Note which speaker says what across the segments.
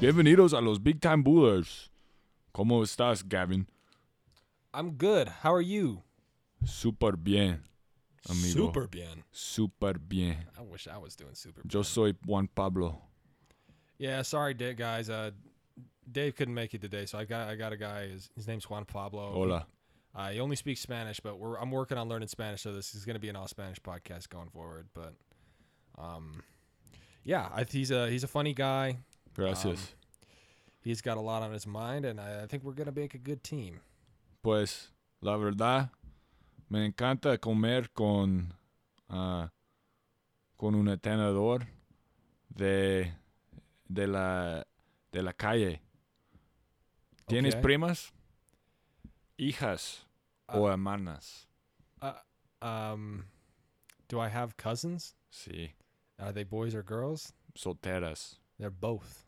Speaker 1: Bienvenidos a los Big Time Bullers. ¿Cómo estás, Gavin?
Speaker 2: I'm good. How are you?
Speaker 1: Super bien, amigo.
Speaker 2: Super bien.
Speaker 1: Super bien.
Speaker 2: I wish I was doing super.
Speaker 1: Yo soy Juan Pablo.
Speaker 2: Yeah, sorry, Da- guys. Uh, Dave couldn't make it today, so I got I got a guy. His, his name's Juan Pablo.
Speaker 1: Hola.
Speaker 2: Uh, he only speaks Spanish, but we're I'm working on learning Spanish, so this is going to be an all Spanish podcast going forward. But, um, yeah, I, he's a he's a funny guy.
Speaker 1: Gracias.
Speaker 2: He's got a lot on his mind, and I, I think we're going to make a good team.
Speaker 1: pues, la verdad, me encanta comer con, ah, con un tenedor de, de, la, de la calle. ¿Tienes
Speaker 2: Okay.
Speaker 1: primas? ¿Hijas o hermanas?
Speaker 2: Um, do I have cousins?
Speaker 1: Sí,
Speaker 2: Are they boys or girls?
Speaker 1: solteras,
Speaker 2: They're both.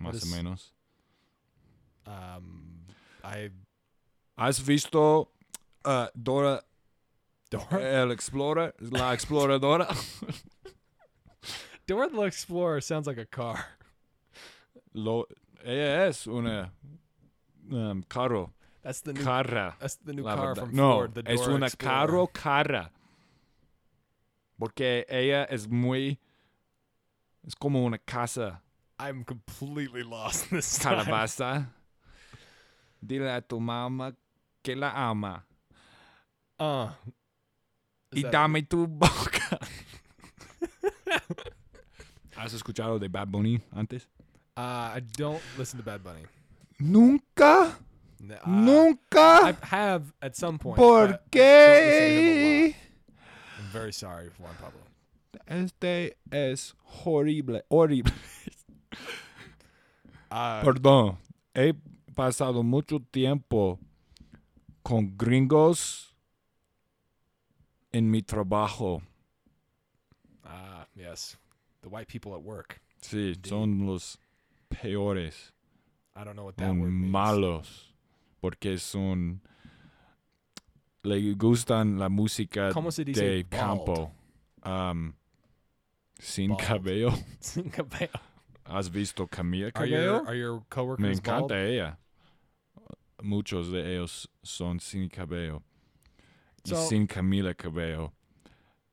Speaker 1: más o
Speaker 2: es-
Speaker 1: menos.
Speaker 2: Um, I
Speaker 1: ¿Has visto ah, Dora
Speaker 2: Dora,
Speaker 1: el Explorer? La exploradora.
Speaker 2: Dora the Explorer sounds like a car.
Speaker 1: Lo, ella es una um, carro,
Speaker 2: That's the new.
Speaker 1: carra.
Speaker 2: that's the new
Speaker 1: la
Speaker 2: car
Speaker 1: verdad.
Speaker 2: from
Speaker 1: no,
Speaker 2: Ford. The Dora
Speaker 1: es una
Speaker 2: Explorer.
Speaker 1: carro, carra. Porque ella es muy, es como una casa
Speaker 2: I'm completely lost this time.
Speaker 1: calabaza. Dile a tu mamá que la ama
Speaker 2: Uh, is
Speaker 1: y
Speaker 2: that-
Speaker 1: dame tu boca. ¿Has escuchado de Bad Bunny antes?
Speaker 2: Uh, I don't listen to Bad Bunny.
Speaker 1: Nunca,
Speaker 2: N-
Speaker 1: Ah.
Speaker 2: uh,
Speaker 1: nunca.
Speaker 2: I have at some
Speaker 1: pues,
Speaker 2: point. but I
Speaker 1: ¿Por
Speaker 2: don't listen to him
Speaker 1: qué?
Speaker 2: a lot. I'm very sorry, Juan Pablo.
Speaker 1: Este es horrible, horrible. Ah.
Speaker 2: Uh,
Speaker 1: Perdón, he pasado mucho tiempo con gringos en mi trabajo.
Speaker 2: ah, yes, the white people at work.
Speaker 1: Sí, son los peores,
Speaker 2: I don't know what that
Speaker 1: son
Speaker 2: word means.
Speaker 1: malos, porque son le gustan la música
Speaker 2: ¿Cómo se dice
Speaker 1: de
Speaker 2: bald?
Speaker 1: campo, Um, sin
Speaker 2: Bald.
Speaker 1: cabello.
Speaker 2: Cabello.
Speaker 1: ¿Has visto Camila
Speaker 2: Are
Speaker 1: Cabello?
Speaker 2: your are your coworkers
Speaker 1: Me
Speaker 2: bald?
Speaker 1: encanta ella. Muchos de ellos son sin cabello. Y
Speaker 2: So-
Speaker 1: sin Camila Cabello.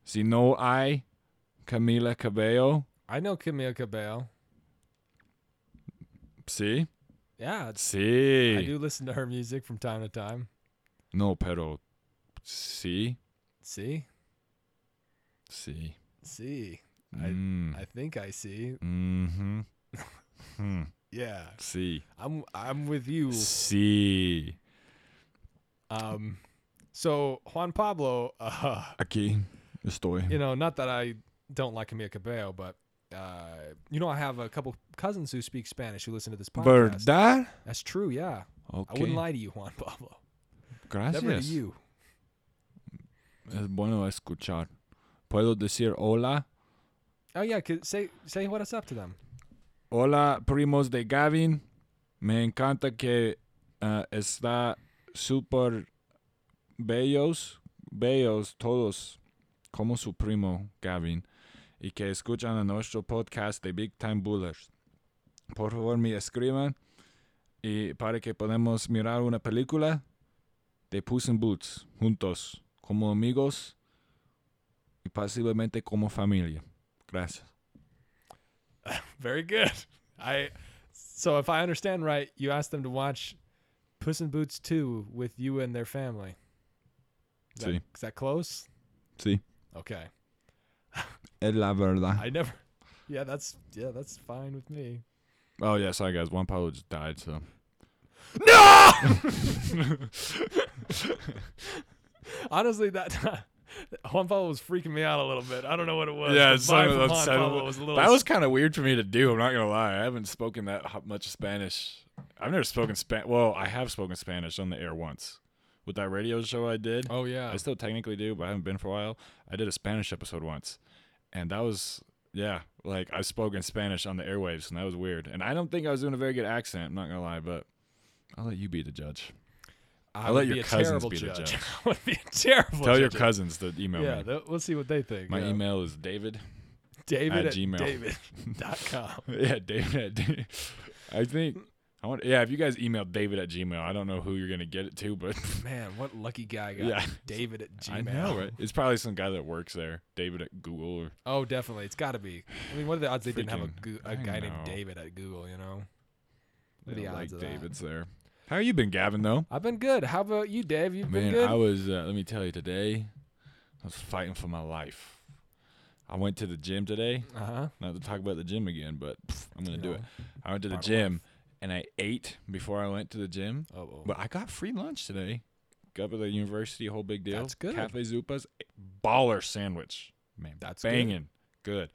Speaker 1: Si no hay Camila Cabello,
Speaker 2: I know Camille Cabello.
Speaker 1: sí,
Speaker 2: Yeah, it's- I
Speaker 1: sí.
Speaker 2: do listen to her music from time to time.
Speaker 1: No, pero sí,
Speaker 2: See,
Speaker 1: sí.
Speaker 2: see, I-
Speaker 1: Mm,
Speaker 2: I think I see.
Speaker 1: mhm. Hmm,
Speaker 2: Yeah,
Speaker 1: Sí,
Speaker 2: I'm I'm with you.
Speaker 1: sí.
Speaker 2: Um, so Juan Pablo, uh,
Speaker 1: Aquí estoy.
Speaker 2: you know, not that I don't like Camila Cabello, but uh, you know, I have a couple cousins who speak Spanish who listen to this podcast.
Speaker 1: ¿Verdad?
Speaker 2: That's true. Yeah, I
Speaker 1: Ok,
Speaker 2: wouldn't lie to you, Juan Pablo. Never to
Speaker 1: gracias.
Speaker 2: you.
Speaker 1: Es bueno escuchar. ¿Puedo decir hola?
Speaker 2: Oh yeah, 'cause say say what is up to them.
Speaker 1: Hola, primos de Gavin. Me encanta que ah, está súper bellos, bellos todos, como su primo Gavin, y que escuchan a nuestro podcast de Big Time Bullers. Por favor, me escriban y para que podamos mirar una película de Puss in Boots juntos, como amigos y posiblemente como familia. Gracias.
Speaker 2: Very good. I so if I understand right, you asked them to watch Puss in Boots 2 with you and their family. Is that,
Speaker 1: Sí.
Speaker 2: is that close?
Speaker 1: Sí,
Speaker 2: Okay.
Speaker 1: es la verdad.
Speaker 2: I never Yeah, that's yeah, that's fine with me.
Speaker 1: Oh yeah, sorry guys. Juan Pablo just died, so
Speaker 2: Honestly, that Juan Pablo was freaking me out a little bit. I don't know what it was.
Speaker 1: Yeah,
Speaker 2: The
Speaker 1: it's something
Speaker 2: vibe from
Speaker 1: that
Speaker 2: Juan
Speaker 1: upset a
Speaker 2: Pablo
Speaker 1: little-
Speaker 2: was a little
Speaker 1: that was kind of weird for me to do. I'm not gonna lie. I haven't spoken that ho- much Spanish. I've never spoken Spanish. Well, I have spoken Spanish on the air once with that radio show I did.
Speaker 2: Oh yeah.
Speaker 1: I still technically do, but I haven't been for a while. I did a Spanish episode once, and that was yeah, like I spoke in Spanish on the airwaves, and that was weird. And I don't think I was doing a very good accent. I'm not gonna lie, but I'll let you be the judge.
Speaker 2: I
Speaker 1: I'll let
Speaker 2: would
Speaker 1: your
Speaker 2: be a
Speaker 1: cousins
Speaker 2: terrible
Speaker 1: be the
Speaker 2: judge.
Speaker 1: judge.
Speaker 2: I would be a terrible
Speaker 1: Tell your
Speaker 2: judge.
Speaker 1: cousins to email
Speaker 2: Yeah,
Speaker 1: me.
Speaker 2: that, we'll see what they think.
Speaker 1: My
Speaker 2: yeah.
Speaker 1: email is David
Speaker 2: David
Speaker 1: At
Speaker 2: at,
Speaker 1: Gmail.
Speaker 2: David.com.
Speaker 1: yeah, David. At, da- I think I want. Yeah, if you guys email David at Gmail, I don't know who you're gonna get it to, but
Speaker 2: Man, what lucky guy got
Speaker 1: Yeah.
Speaker 2: David at Gmail.
Speaker 1: I know, right? It's probably some guy that works there, David at Google. Or,
Speaker 2: Oh, definitely. It's got to be. I mean, what are the odds they didn't have a,
Speaker 1: Freaking-
Speaker 2: goo a
Speaker 1: I
Speaker 2: guy
Speaker 1: know.
Speaker 2: named David at Google, you know? What are
Speaker 1: they
Speaker 2: the
Speaker 1: don't
Speaker 2: odds
Speaker 1: like
Speaker 2: of that?
Speaker 1: David's there. How you been, Gavin? Though,
Speaker 2: I've been good. How about you, Dave? You've been
Speaker 1: man,
Speaker 2: good?
Speaker 1: I was. Uh, let me tell you, today I was fighting for my life. I went to the gym today.
Speaker 2: uh-huh.
Speaker 1: Not to talk about the gym again, but pff, I'm gonna do
Speaker 2: Yeah.
Speaker 1: it. I went to the
Speaker 2: Part of life.
Speaker 1: gym and I ate before I went to the gym.
Speaker 2: Oh, oh.
Speaker 1: But I got free lunch today. Got to the university, whole big deal.
Speaker 2: That's good.
Speaker 1: Cafe Zupas, baller sandwich. Man,
Speaker 2: That's good.
Speaker 1: banging. Good.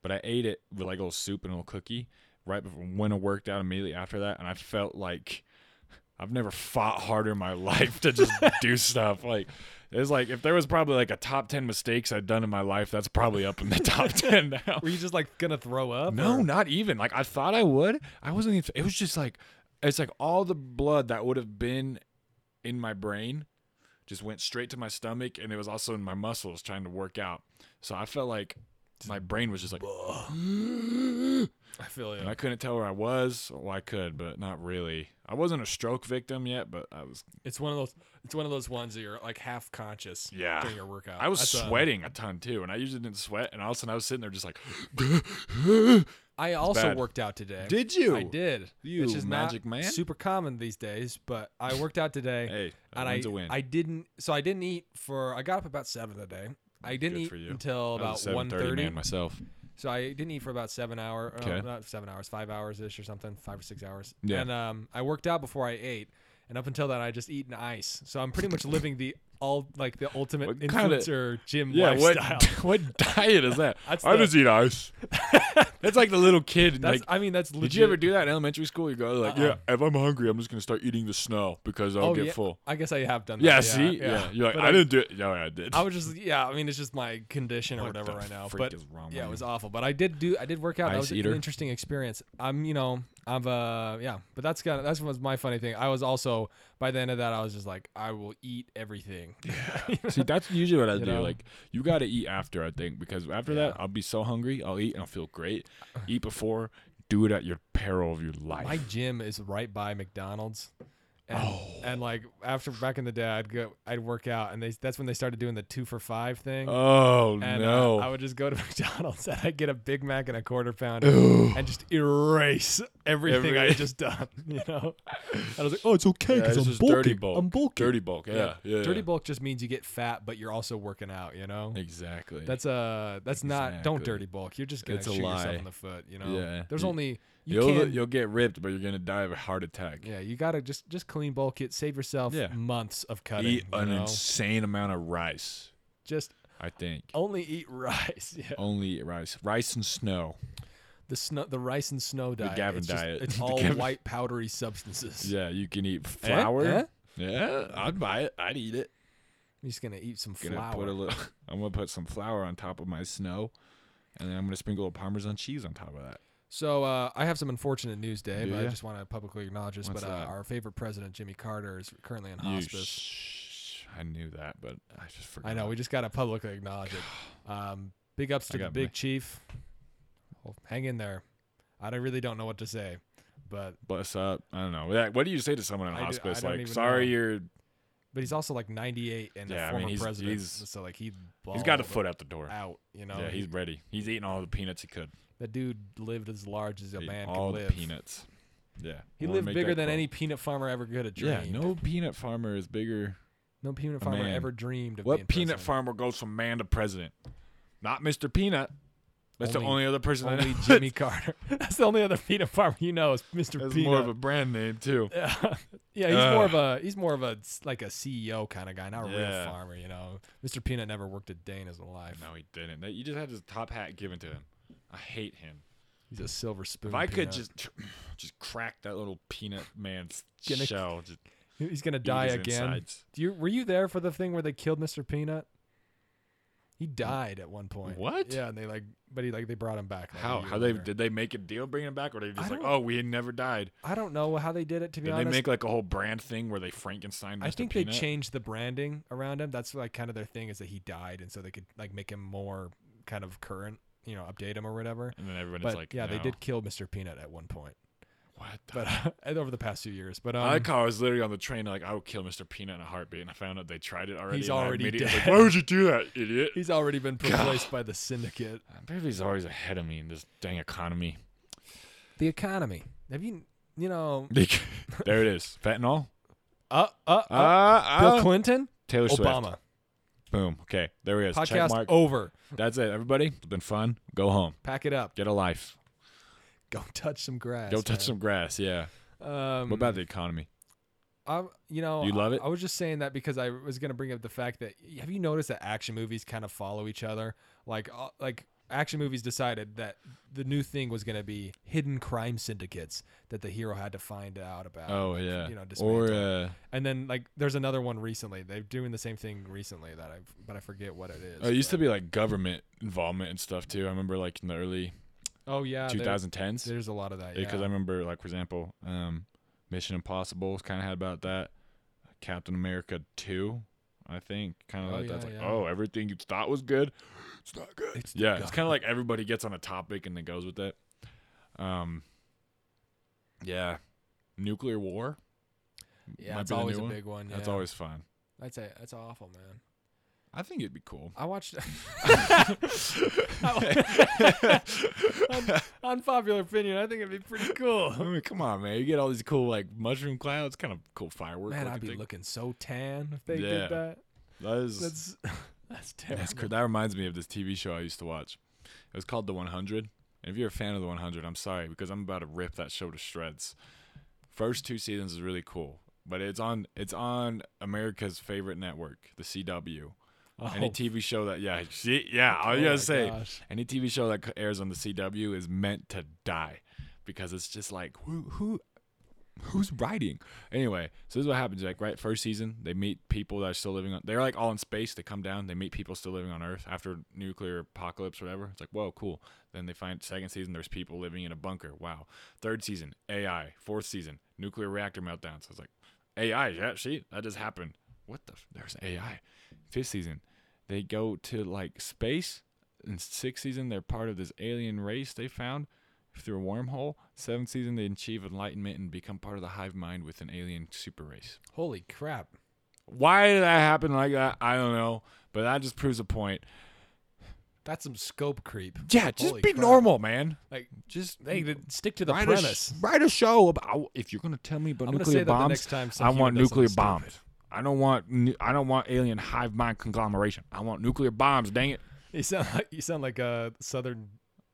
Speaker 1: But I ate it with like a little soup and a little cookie right before when I worked out immediately after that. And I felt like I've never fought harder in my life to just do stuff. Like, it's like if there was probably like a top 10 mistakes I'd done in my life, that's probably up in the top 10 now.
Speaker 2: Were you just like going to throw up?
Speaker 1: No,
Speaker 2: or-
Speaker 1: not even. Like I thought I would. I wasn't even. It was just like it's like all the blood that would have been in my brain just went straight to my stomach, and it was also in my muscles trying to work out. So I felt like my brain was just like,
Speaker 2: I feel
Speaker 1: and
Speaker 2: you.
Speaker 1: I couldn't tell where I was. Well, I could, but not really. I wasn't a stroke victim yet, but I was.
Speaker 2: It's one of those it's one of those ones that you're like half conscious
Speaker 1: Yeah.
Speaker 2: during your workout.
Speaker 1: I was
Speaker 2: That's, uh,
Speaker 1: sweating a ton too, and I usually didn't sweat. And all of a sudden, I was sitting there just like,
Speaker 2: I also
Speaker 1: bad.
Speaker 2: worked out today.
Speaker 1: "Did you?
Speaker 2: I did.
Speaker 1: You
Speaker 2: which is not
Speaker 1: magic man.
Speaker 2: super common these days, but I worked out today.
Speaker 1: Hey, that
Speaker 2: and I
Speaker 1: wins a win.
Speaker 2: I didn't so I didn't eat for I got up about seven today. I didn't
Speaker 1: Good
Speaker 2: eat
Speaker 1: for you.
Speaker 2: until
Speaker 1: I
Speaker 2: about
Speaker 1: was a
Speaker 2: one
Speaker 1: 7:30
Speaker 2: thirty.
Speaker 1: man myself.
Speaker 2: So I didn't eat for about seven hour, uh,
Speaker 1: Okay.
Speaker 2: not seven hours, five hours ish or something, five or six hours.
Speaker 1: Yeah.
Speaker 2: And um, I worked out before I ate, and up until then I just eaten ice. So I'm pretty much living the all like the ultimate
Speaker 1: What kinda-
Speaker 2: influencer gym
Speaker 1: Yeah,
Speaker 2: lifestyle.
Speaker 1: what what diet is that?
Speaker 2: That's
Speaker 1: I
Speaker 2: the-
Speaker 1: just eat ice. That's like the little kid.
Speaker 2: That's,
Speaker 1: like,
Speaker 2: I mean, that's legit.
Speaker 1: did you ever do that in elementary school? You go like,
Speaker 2: Uh-uh.
Speaker 1: yeah, if I'm hungry, I'm just gonna start eating the snow because I'll
Speaker 2: Oh,
Speaker 1: get
Speaker 2: yeah.
Speaker 1: full.
Speaker 2: I guess I have done. that.
Speaker 1: Yeah, see, yeah. You're like,
Speaker 2: But
Speaker 1: I,
Speaker 2: I-
Speaker 1: didn't do it. No, I did.
Speaker 2: I was just yeah. I mean, it's just my condition or
Speaker 1: What
Speaker 2: whatever
Speaker 1: the
Speaker 2: right now.
Speaker 1: freak
Speaker 2: But
Speaker 1: is wrong
Speaker 2: yeah,
Speaker 1: with
Speaker 2: it was
Speaker 1: you?
Speaker 2: awful. But I did do. I did work out. that
Speaker 1: Ice
Speaker 2: was
Speaker 1: eater.
Speaker 2: an interesting experience. I'm you know I've uh yeah. But that's kind of that's was my funny thing. I was also by the end of that I was just like I will eat everything.
Speaker 1: see, that's usually what I do.
Speaker 2: know?
Speaker 1: Like, you got to eat after, I think, because after that,
Speaker 2: Yeah.
Speaker 1: I'll be so hungry. I'll eat and I'll feel great. Eat before, do it at your peril of your life.
Speaker 2: my gym is right by McDonald's. And,
Speaker 1: Oh.
Speaker 2: and like after back in the day, I'd go, I'd work out, and they that's when they started doing the two for five thing.
Speaker 1: oh
Speaker 2: and uh,
Speaker 1: no!
Speaker 2: I would just go to McDonald's and I'd get a Big Mac and a quarter pounder and just erase everything I
Speaker 1: Every-
Speaker 2: had just done. You know, and I was like, oh, it's okay
Speaker 1: Yeah,
Speaker 2: because
Speaker 1: it's
Speaker 2: I'm
Speaker 1: just
Speaker 2: bulking.
Speaker 1: dirty bulk.
Speaker 2: I'm bulking.
Speaker 1: dirty bulk. Yeah, yeah.
Speaker 2: Dirty
Speaker 1: yeah.
Speaker 2: bulk just means you get fat, but you're also working out. You know,
Speaker 1: Exactly.
Speaker 2: that's uh that's not don't
Speaker 1: Exactly.
Speaker 2: dirty bulk. You're just gonna
Speaker 1: It's a
Speaker 2: shoot yourself
Speaker 1: lie.
Speaker 2: in the foot. You know,
Speaker 1: Yeah.
Speaker 2: there's
Speaker 1: You-
Speaker 2: only you
Speaker 1: you'll
Speaker 2: can
Speaker 1: you'll get ripped, but you're gonna die of a heart attack.
Speaker 2: Yeah, you gotta just just clean bulk it. Save yourself
Speaker 1: Yeah.
Speaker 2: months of cutting.
Speaker 1: eat
Speaker 2: you
Speaker 1: an
Speaker 2: know?
Speaker 1: insane amount of rice.
Speaker 2: just
Speaker 1: I think
Speaker 2: only eat rice. Yeah,
Speaker 1: only eat rice, rice and snow.
Speaker 2: the snow, the rice and snow diet.
Speaker 1: Gavin
Speaker 2: it's just-
Speaker 1: diet.
Speaker 2: It's
Speaker 1: The
Speaker 2: all
Speaker 1: Gavin-
Speaker 2: white powdery substances.
Speaker 1: Yeah, you can eat
Speaker 2: Eh?
Speaker 1: flour.
Speaker 2: Eh?
Speaker 1: Yeah, I'd buy it. I'd eat it.
Speaker 2: I'm just gonna eat some
Speaker 1: Gonna
Speaker 2: flour.
Speaker 1: put a little. I'm gonna put some flour on top of my snow, and then I'm gonna sprinkle a parmesan cheese on top of that.
Speaker 2: so uh, I have some unfortunate news, Dave.
Speaker 1: Do
Speaker 2: I
Speaker 1: ya?
Speaker 2: just want to publicly acknowledge this,
Speaker 1: What's
Speaker 2: but uh,
Speaker 1: that?
Speaker 2: our favorite president, Jimmy Carter, is currently in
Speaker 1: You
Speaker 2: hospice.
Speaker 1: sh- I knew that, but I just forgot.
Speaker 2: I know. We just gotta publicly acknowledge it. Um, big ups
Speaker 1: I
Speaker 2: to the
Speaker 1: got
Speaker 2: big
Speaker 1: my-
Speaker 2: chief. Well, hang in there. I don't- really don't know what to say, but
Speaker 1: Bless up. I don't know. Yeah, What do you say to someone in
Speaker 2: I do-
Speaker 1: hospice?
Speaker 2: I don't
Speaker 1: like,
Speaker 2: even
Speaker 1: sorry,
Speaker 2: know.
Speaker 1: you're.
Speaker 2: But he's also like 98 and
Speaker 1: Yeah, I
Speaker 2: a
Speaker 1: mean,
Speaker 2: former
Speaker 1: he's-
Speaker 2: president.
Speaker 1: he's-
Speaker 2: so like he
Speaker 1: He's got a
Speaker 2: balled
Speaker 1: foot out the door.
Speaker 2: out. You know,
Speaker 1: yeah,
Speaker 2: He-
Speaker 1: he's ready. He's eating all the peanuts he could.
Speaker 2: that dude lived as large as a
Speaker 1: Eat
Speaker 2: man
Speaker 1: all
Speaker 2: can
Speaker 1: the
Speaker 2: live.
Speaker 1: peanuts. Yeah.
Speaker 2: He
Speaker 1: wanna
Speaker 2: lived
Speaker 1: make
Speaker 2: bigger
Speaker 1: that
Speaker 2: than
Speaker 1: quote.
Speaker 2: any peanut farmer ever could have
Speaker 1: Yeah,
Speaker 2: dreamed.
Speaker 1: no peanut farmer is bigger.
Speaker 2: no peanut
Speaker 1: a
Speaker 2: farmer
Speaker 1: man.
Speaker 2: ever dreamed of being
Speaker 1: What peanut
Speaker 2: president.
Speaker 1: farmer goes from man to president? Not Mr. Peanut. That's the
Speaker 2: Only-
Speaker 1: only other person I
Speaker 2: Only
Speaker 1: know.
Speaker 2: Jimmy Carter. That's the only other peanut farmer you know is Mr.
Speaker 1: That's
Speaker 2: Peanut.
Speaker 1: more of a brand name too.
Speaker 2: yeah, Yeah, he's
Speaker 1: Ugh.
Speaker 2: more of a he's more of a s- like a CEO kind of guy, not a
Speaker 1: Yeah.
Speaker 2: real farmer. You know, Mr. Peanut never worked a day in his life.
Speaker 1: No, he didn't. That- You just had his top hat given to him. I hate him.
Speaker 2: He's a silver spoon.
Speaker 1: If I could
Speaker 2: peanut.
Speaker 1: just just crack that little peanut man's
Speaker 2: Gonna
Speaker 1: shell, just eat
Speaker 2: he's gonna die
Speaker 1: his
Speaker 2: again.
Speaker 1: insides.
Speaker 2: Do you were you there for the thing where they killed Mr. Peanut? He died at one point.
Speaker 1: What?
Speaker 2: Yeah, and they like, but he like they brought him back. like, a
Speaker 1: How
Speaker 2: year
Speaker 1: how they
Speaker 2: later.
Speaker 1: did they make a deal bringing him back, or they just like
Speaker 2: don't-
Speaker 1: oh we never died?
Speaker 2: I don't know how they did it. To be
Speaker 1: Did they
Speaker 2: honest,
Speaker 1: make like a whole brand thing where they Frankenstein? Mr.
Speaker 2: I think
Speaker 1: peanut?
Speaker 2: they changed the branding around him. That's like kind of their thing is that he died, and so they could like make him more kind of current. you know update him or whatever.
Speaker 1: And then everybody's
Speaker 2: But
Speaker 1: like,
Speaker 2: yeah, they
Speaker 1: "No."
Speaker 2: did kill Mr. Peanut at one point,
Speaker 1: What? The
Speaker 2: but and over the past few years. But um,
Speaker 1: I like how I was literally on the train, like I would kill Mr. Peanut in a heartbeat, and I found out they tried it already.
Speaker 2: He's
Speaker 1: and I
Speaker 2: already
Speaker 1: immediately was
Speaker 2: dead.
Speaker 1: Like, Why would you do that, idiot?
Speaker 2: he's already been replaced by the syndicate.
Speaker 1: Baby's always ahead of me in this dang economy.
Speaker 2: The economy. Have you you know
Speaker 1: there it is. Fentanyl.
Speaker 2: uh uh,
Speaker 1: Uh,
Speaker 2: uh Bill
Speaker 1: uh,
Speaker 2: Clinton,
Speaker 1: Taylor Swift.
Speaker 2: Obama.
Speaker 1: Boom. Okay, there he is. Check
Speaker 2: Podcast
Speaker 1: mark.
Speaker 2: over.
Speaker 1: That's it, everybody. It's been fun. Go home.
Speaker 2: Pack it up.
Speaker 1: Get a life.
Speaker 2: Go touch some grass.
Speaker 1: Go touch some grass. Yeah.
Speaker 2: some. Um,
Speaker 1: What about the economy?
Speaker 2: I, you know,
Speaker 1: You love
Speaker 2: I-
Speaker 1: it?
Speaker 2: I was just saying that because I was gonna bring up the fact that have you noticed that action movies kind of follow each other? Like, uh, like action movies decided that the new thing was gonna be hidden crime syndicates that the hero had to find out about.
Speaker 1: Oh yeah.
Speaker 2: you know,
Speaker 1: or
Speaker 2: dismantle.
Speaker 1: uh,
Speaker 2: And then like, there's another one recently. They're doing the same thing recently that I, but I forget what it is.
Speaker 1: oh, it used to be like government involvement and stuff too. I remember like in the early
Speaker 2: Oh yeah, there-
Speaker 1: 2010s.
Speaker 2: There's a lot of that. Yeah.
Speaker 1: because I remember, like for example, um, Mission Impossible kind of had about that. Captain America Two, I think, kind of
Speaker 2: Oh,
Speaker 1: like that's
Speaker 2: yeah,
Speaker 1: like,
Speaker 2: yeah.
Speaker 1: oh, everything you thought was good, it's not good.
Speaker 2: It's
Speaker 1: yeah,
Speaker 2: not
Speaker 1: it's kind of like everybody gets on a topic and then goes with it. Um, yeah, nuclear war.
Speaker 2: yeah,
Speaker 1: might
Speaker 2: that's
Speaker 1: be the
Speaker 2: always
Speaker 1: new
Speaker 2: a
Speaker 1: one.
Speaker 2: big one.
Speaker 1: That's
Speaker 2: yeah.
Speaker 1: always fun.
Speaker 2: That's a, that's awful, man.
Speaker 1: I think it'd be cool.
Speaker 2: I watched. Un- unpopular opinion. I think it'd be pretty cool.
Speaker 1: I mean, come on, man! You get all these cool like mushroom clouds, kind of cool fireworks.
Speaker 2: Man, I'd be looking so tan if they
Speaker 1: Yeah.
Speaker 2: did that.
Speaker 1: That is
Speaker 2: That's that's terrible.
Speaker 1: That's cr- that reminds me of this TV show I used to watch. It was called The 100. And if you're a fan of The 100, I'm sorry because I'm about to rip that show to shreds. First two seasons is really cool, but it's on it's on America's favorite network, the CW. Any TV show that yeah, see, yeah, all you
Speaker 2: Oh my
Speaker 1: gotta say,
Speaker 2: gosh.
Speaker 1: any TV show that c- airs on the CW is meant to die because it's just like who who who's writing anyway so this is what happens like right first season they meet people that are still living on they're like all in space they come down they meet people still living on earth after nuclear apocalypse or whatever it's like whoa cool then they find second season there's people living in a bunker wow third season ai fourth season nuclear reactor meltdowns. So it's like ai yeah see that just happened what the f- there's ai fifth season they go to like space in sixth season they're part of this alien race they found through a wormhole. Seventh season, they achieve enlightenment and become part of the hive mind with an alien super race.
Speaker 2: Holy crap!
Speaker 1: Why did that happen like that? I don't know, but that just proves a point.
Speaker 2: That's some scope creep.
Speaker 1: Yeah, just
Speaker 2: Holy
Speaker 1: be
Speaker 2: crap.
Speaker 1: normal, man.
Speaker 2: Like
Speaker 1: Just
Speaker 2: they did- stick to the
Speaker 1: write a,
Speaker 2: premise.
Speaker 1: sh- write a show about. oh, If you're gonna tell me about
Speaker 2: I'm gonna say
Speaker 1: nuclear
Speaker 2: that the
Speaker 1: bombs,
Speaker 2: next time. some
Speaker 1: I
Speaker 2: human
Speaker 1: want
Speaker 2: does something
Speaker 1: nuclear
Speaker 2: stupid.
Speaker 1: bombs. I don't want. nu- I don't want alien hive mind conglomeration. I want nuclear bombs. Dang it.
Speaker 2: You sound like you sound like a southern,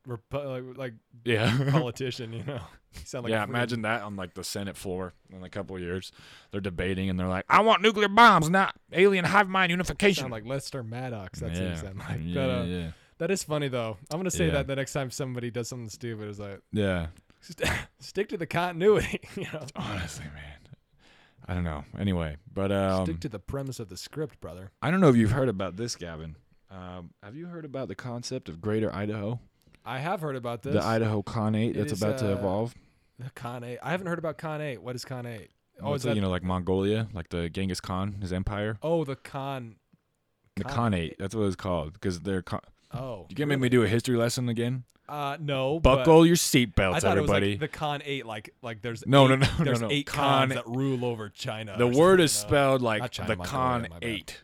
Speaker 2: Repu- like, like Oh,
Speaker 1: Yeah.
Speaker 2: politician. You know, you sound like a
Speaker 1: yeah,
Speaker 2: friggin-
Speaker 1: imagine that on like the Senate floor in a couple of years. They're debating and they're like, "I want nuclear bombs, not alien hive mind unification."
Speaker 2: Sound like Lester Maddox. That's what you sound like.
Speaker 1: Yeah,
Speaker 2: but, uh,
Speaker 1: yeah,
Speaker 2: That is funny though. I'm gonna say
Speaker 1: Yeah.
Speaker 2: that the next time somebody does something stupid is like
Speaker 1: yeah.
Speaker 2: "St- stick to the continuity. You know,
Speaker 1: Honestly, man, I don't know. Anyway, but um,
Speaker 2: stick to the premise of the script, brother.
Speaker 1: I don't know if you've heard about this, Gavin. Um, have you heard about the concept of Greater Idaho,
Speaker 2: I have heard about this.
Speaker 1: the Idaho Conate that's
Speaker 2: is,
Speaker 1: about to
Speaker 2: uh,
Speaker 1: evolve?
Speaker 2: The Con Eight. I haven't heard about Con Eight. What is Con Eight? Oh,
Speaker 1: Oh,
Speaker 2: is that,
Speaker 1: you know, like Mongolia, like the Genghis Khan, his empire.
Speaker 2: oh the Con.
Speaker 1: The
Speaker 2: Khan-
Speaker 1: Khanate, that's what it's called, because they're. Con-
Speaker 2: Oh,
Speaker 1: you gonna make me do a history lesson again?
Speaker 2: Uh, no. but
Speaker 1: Buckle your
Speaker 2: I
Speaker 1: seatbelts,
Speaker 2: thought it was
Speaker 1: everybody.
Speaker 2: like the Con Eight. Like like there's
Speaker 1: No,
Speaker 2: eight,
Speaker 1: no, no, no,
Speaker 2: there's
Speaker 1: no.
Speaker 2: eight
Speaker 1: Con-
Speaker 2: cons that rule over China.
Speaker 1: the
Speaker 2: or
Speaker 1: word
Speaker 2: something,
Speaker 1: is
Speaker 2: you know?
Speaker 1: spelled like
Speaker 2: uh, Not China,
Speaker 1: the
Speaker 2: Mongolia,
Speaker 1: Con
Speaker 2: my bad.
Speaker 1: Eight.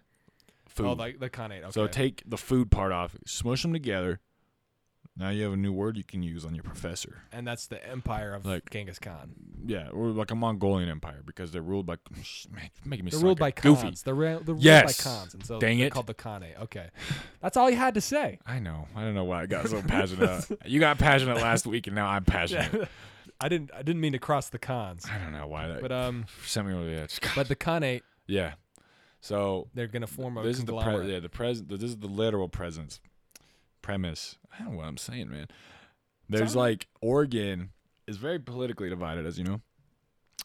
Speaker 1: Food.
Speaker 2: Oh, like the Con Eight. Okay.
Speaker 1: So take the food part off, smush them together. Now you have a new word you can use on your professor.
Speaker 2: and that's the empire of
Speaker 1: Like-
Speaker 2: Genghis Khan.
Speaker 1: Yeah, or like a Mongolian empire because they're ruled by. Man, you're making me
Speaker 2: They're
Speaker 1: sound
Speaker 2: ruled by
Speaker 1: like a
Speaker 2: cons.
Speaker 1: goofy.
Speaker 2: They're, ra- they're
Speaker 1: Yes.
Speaker 2: ruled by cons, and so
Speaker 1: Dang
Speaker 2: they're
Speaker 1: it.
Speaker 2: called the Kane. Okay, that's all you had to say.
Speaker 1: I know. I don't know why I got so passionate. you got passionate last week, and now I'm passionate.
Speaker 2: I didn't. I didn't mean to cross the cons,
Speaker 1: I don't know why that
Speaker 2: but um,
Speaker 1: sent me over the edge.
Speaker 2: but the Kane,
Speaker 1: yeah. So
Speaker 2: they're gonna form a
Speaker 1: this is the
Speaker 2: conglomerate.
Speaker 1: pre- yeah the present. This is the literal presence premise. I don't know what I'm saying, man. There's
Speaker 2: Sorry.
Speaker 1: like Oregon is very politically divided, as you know.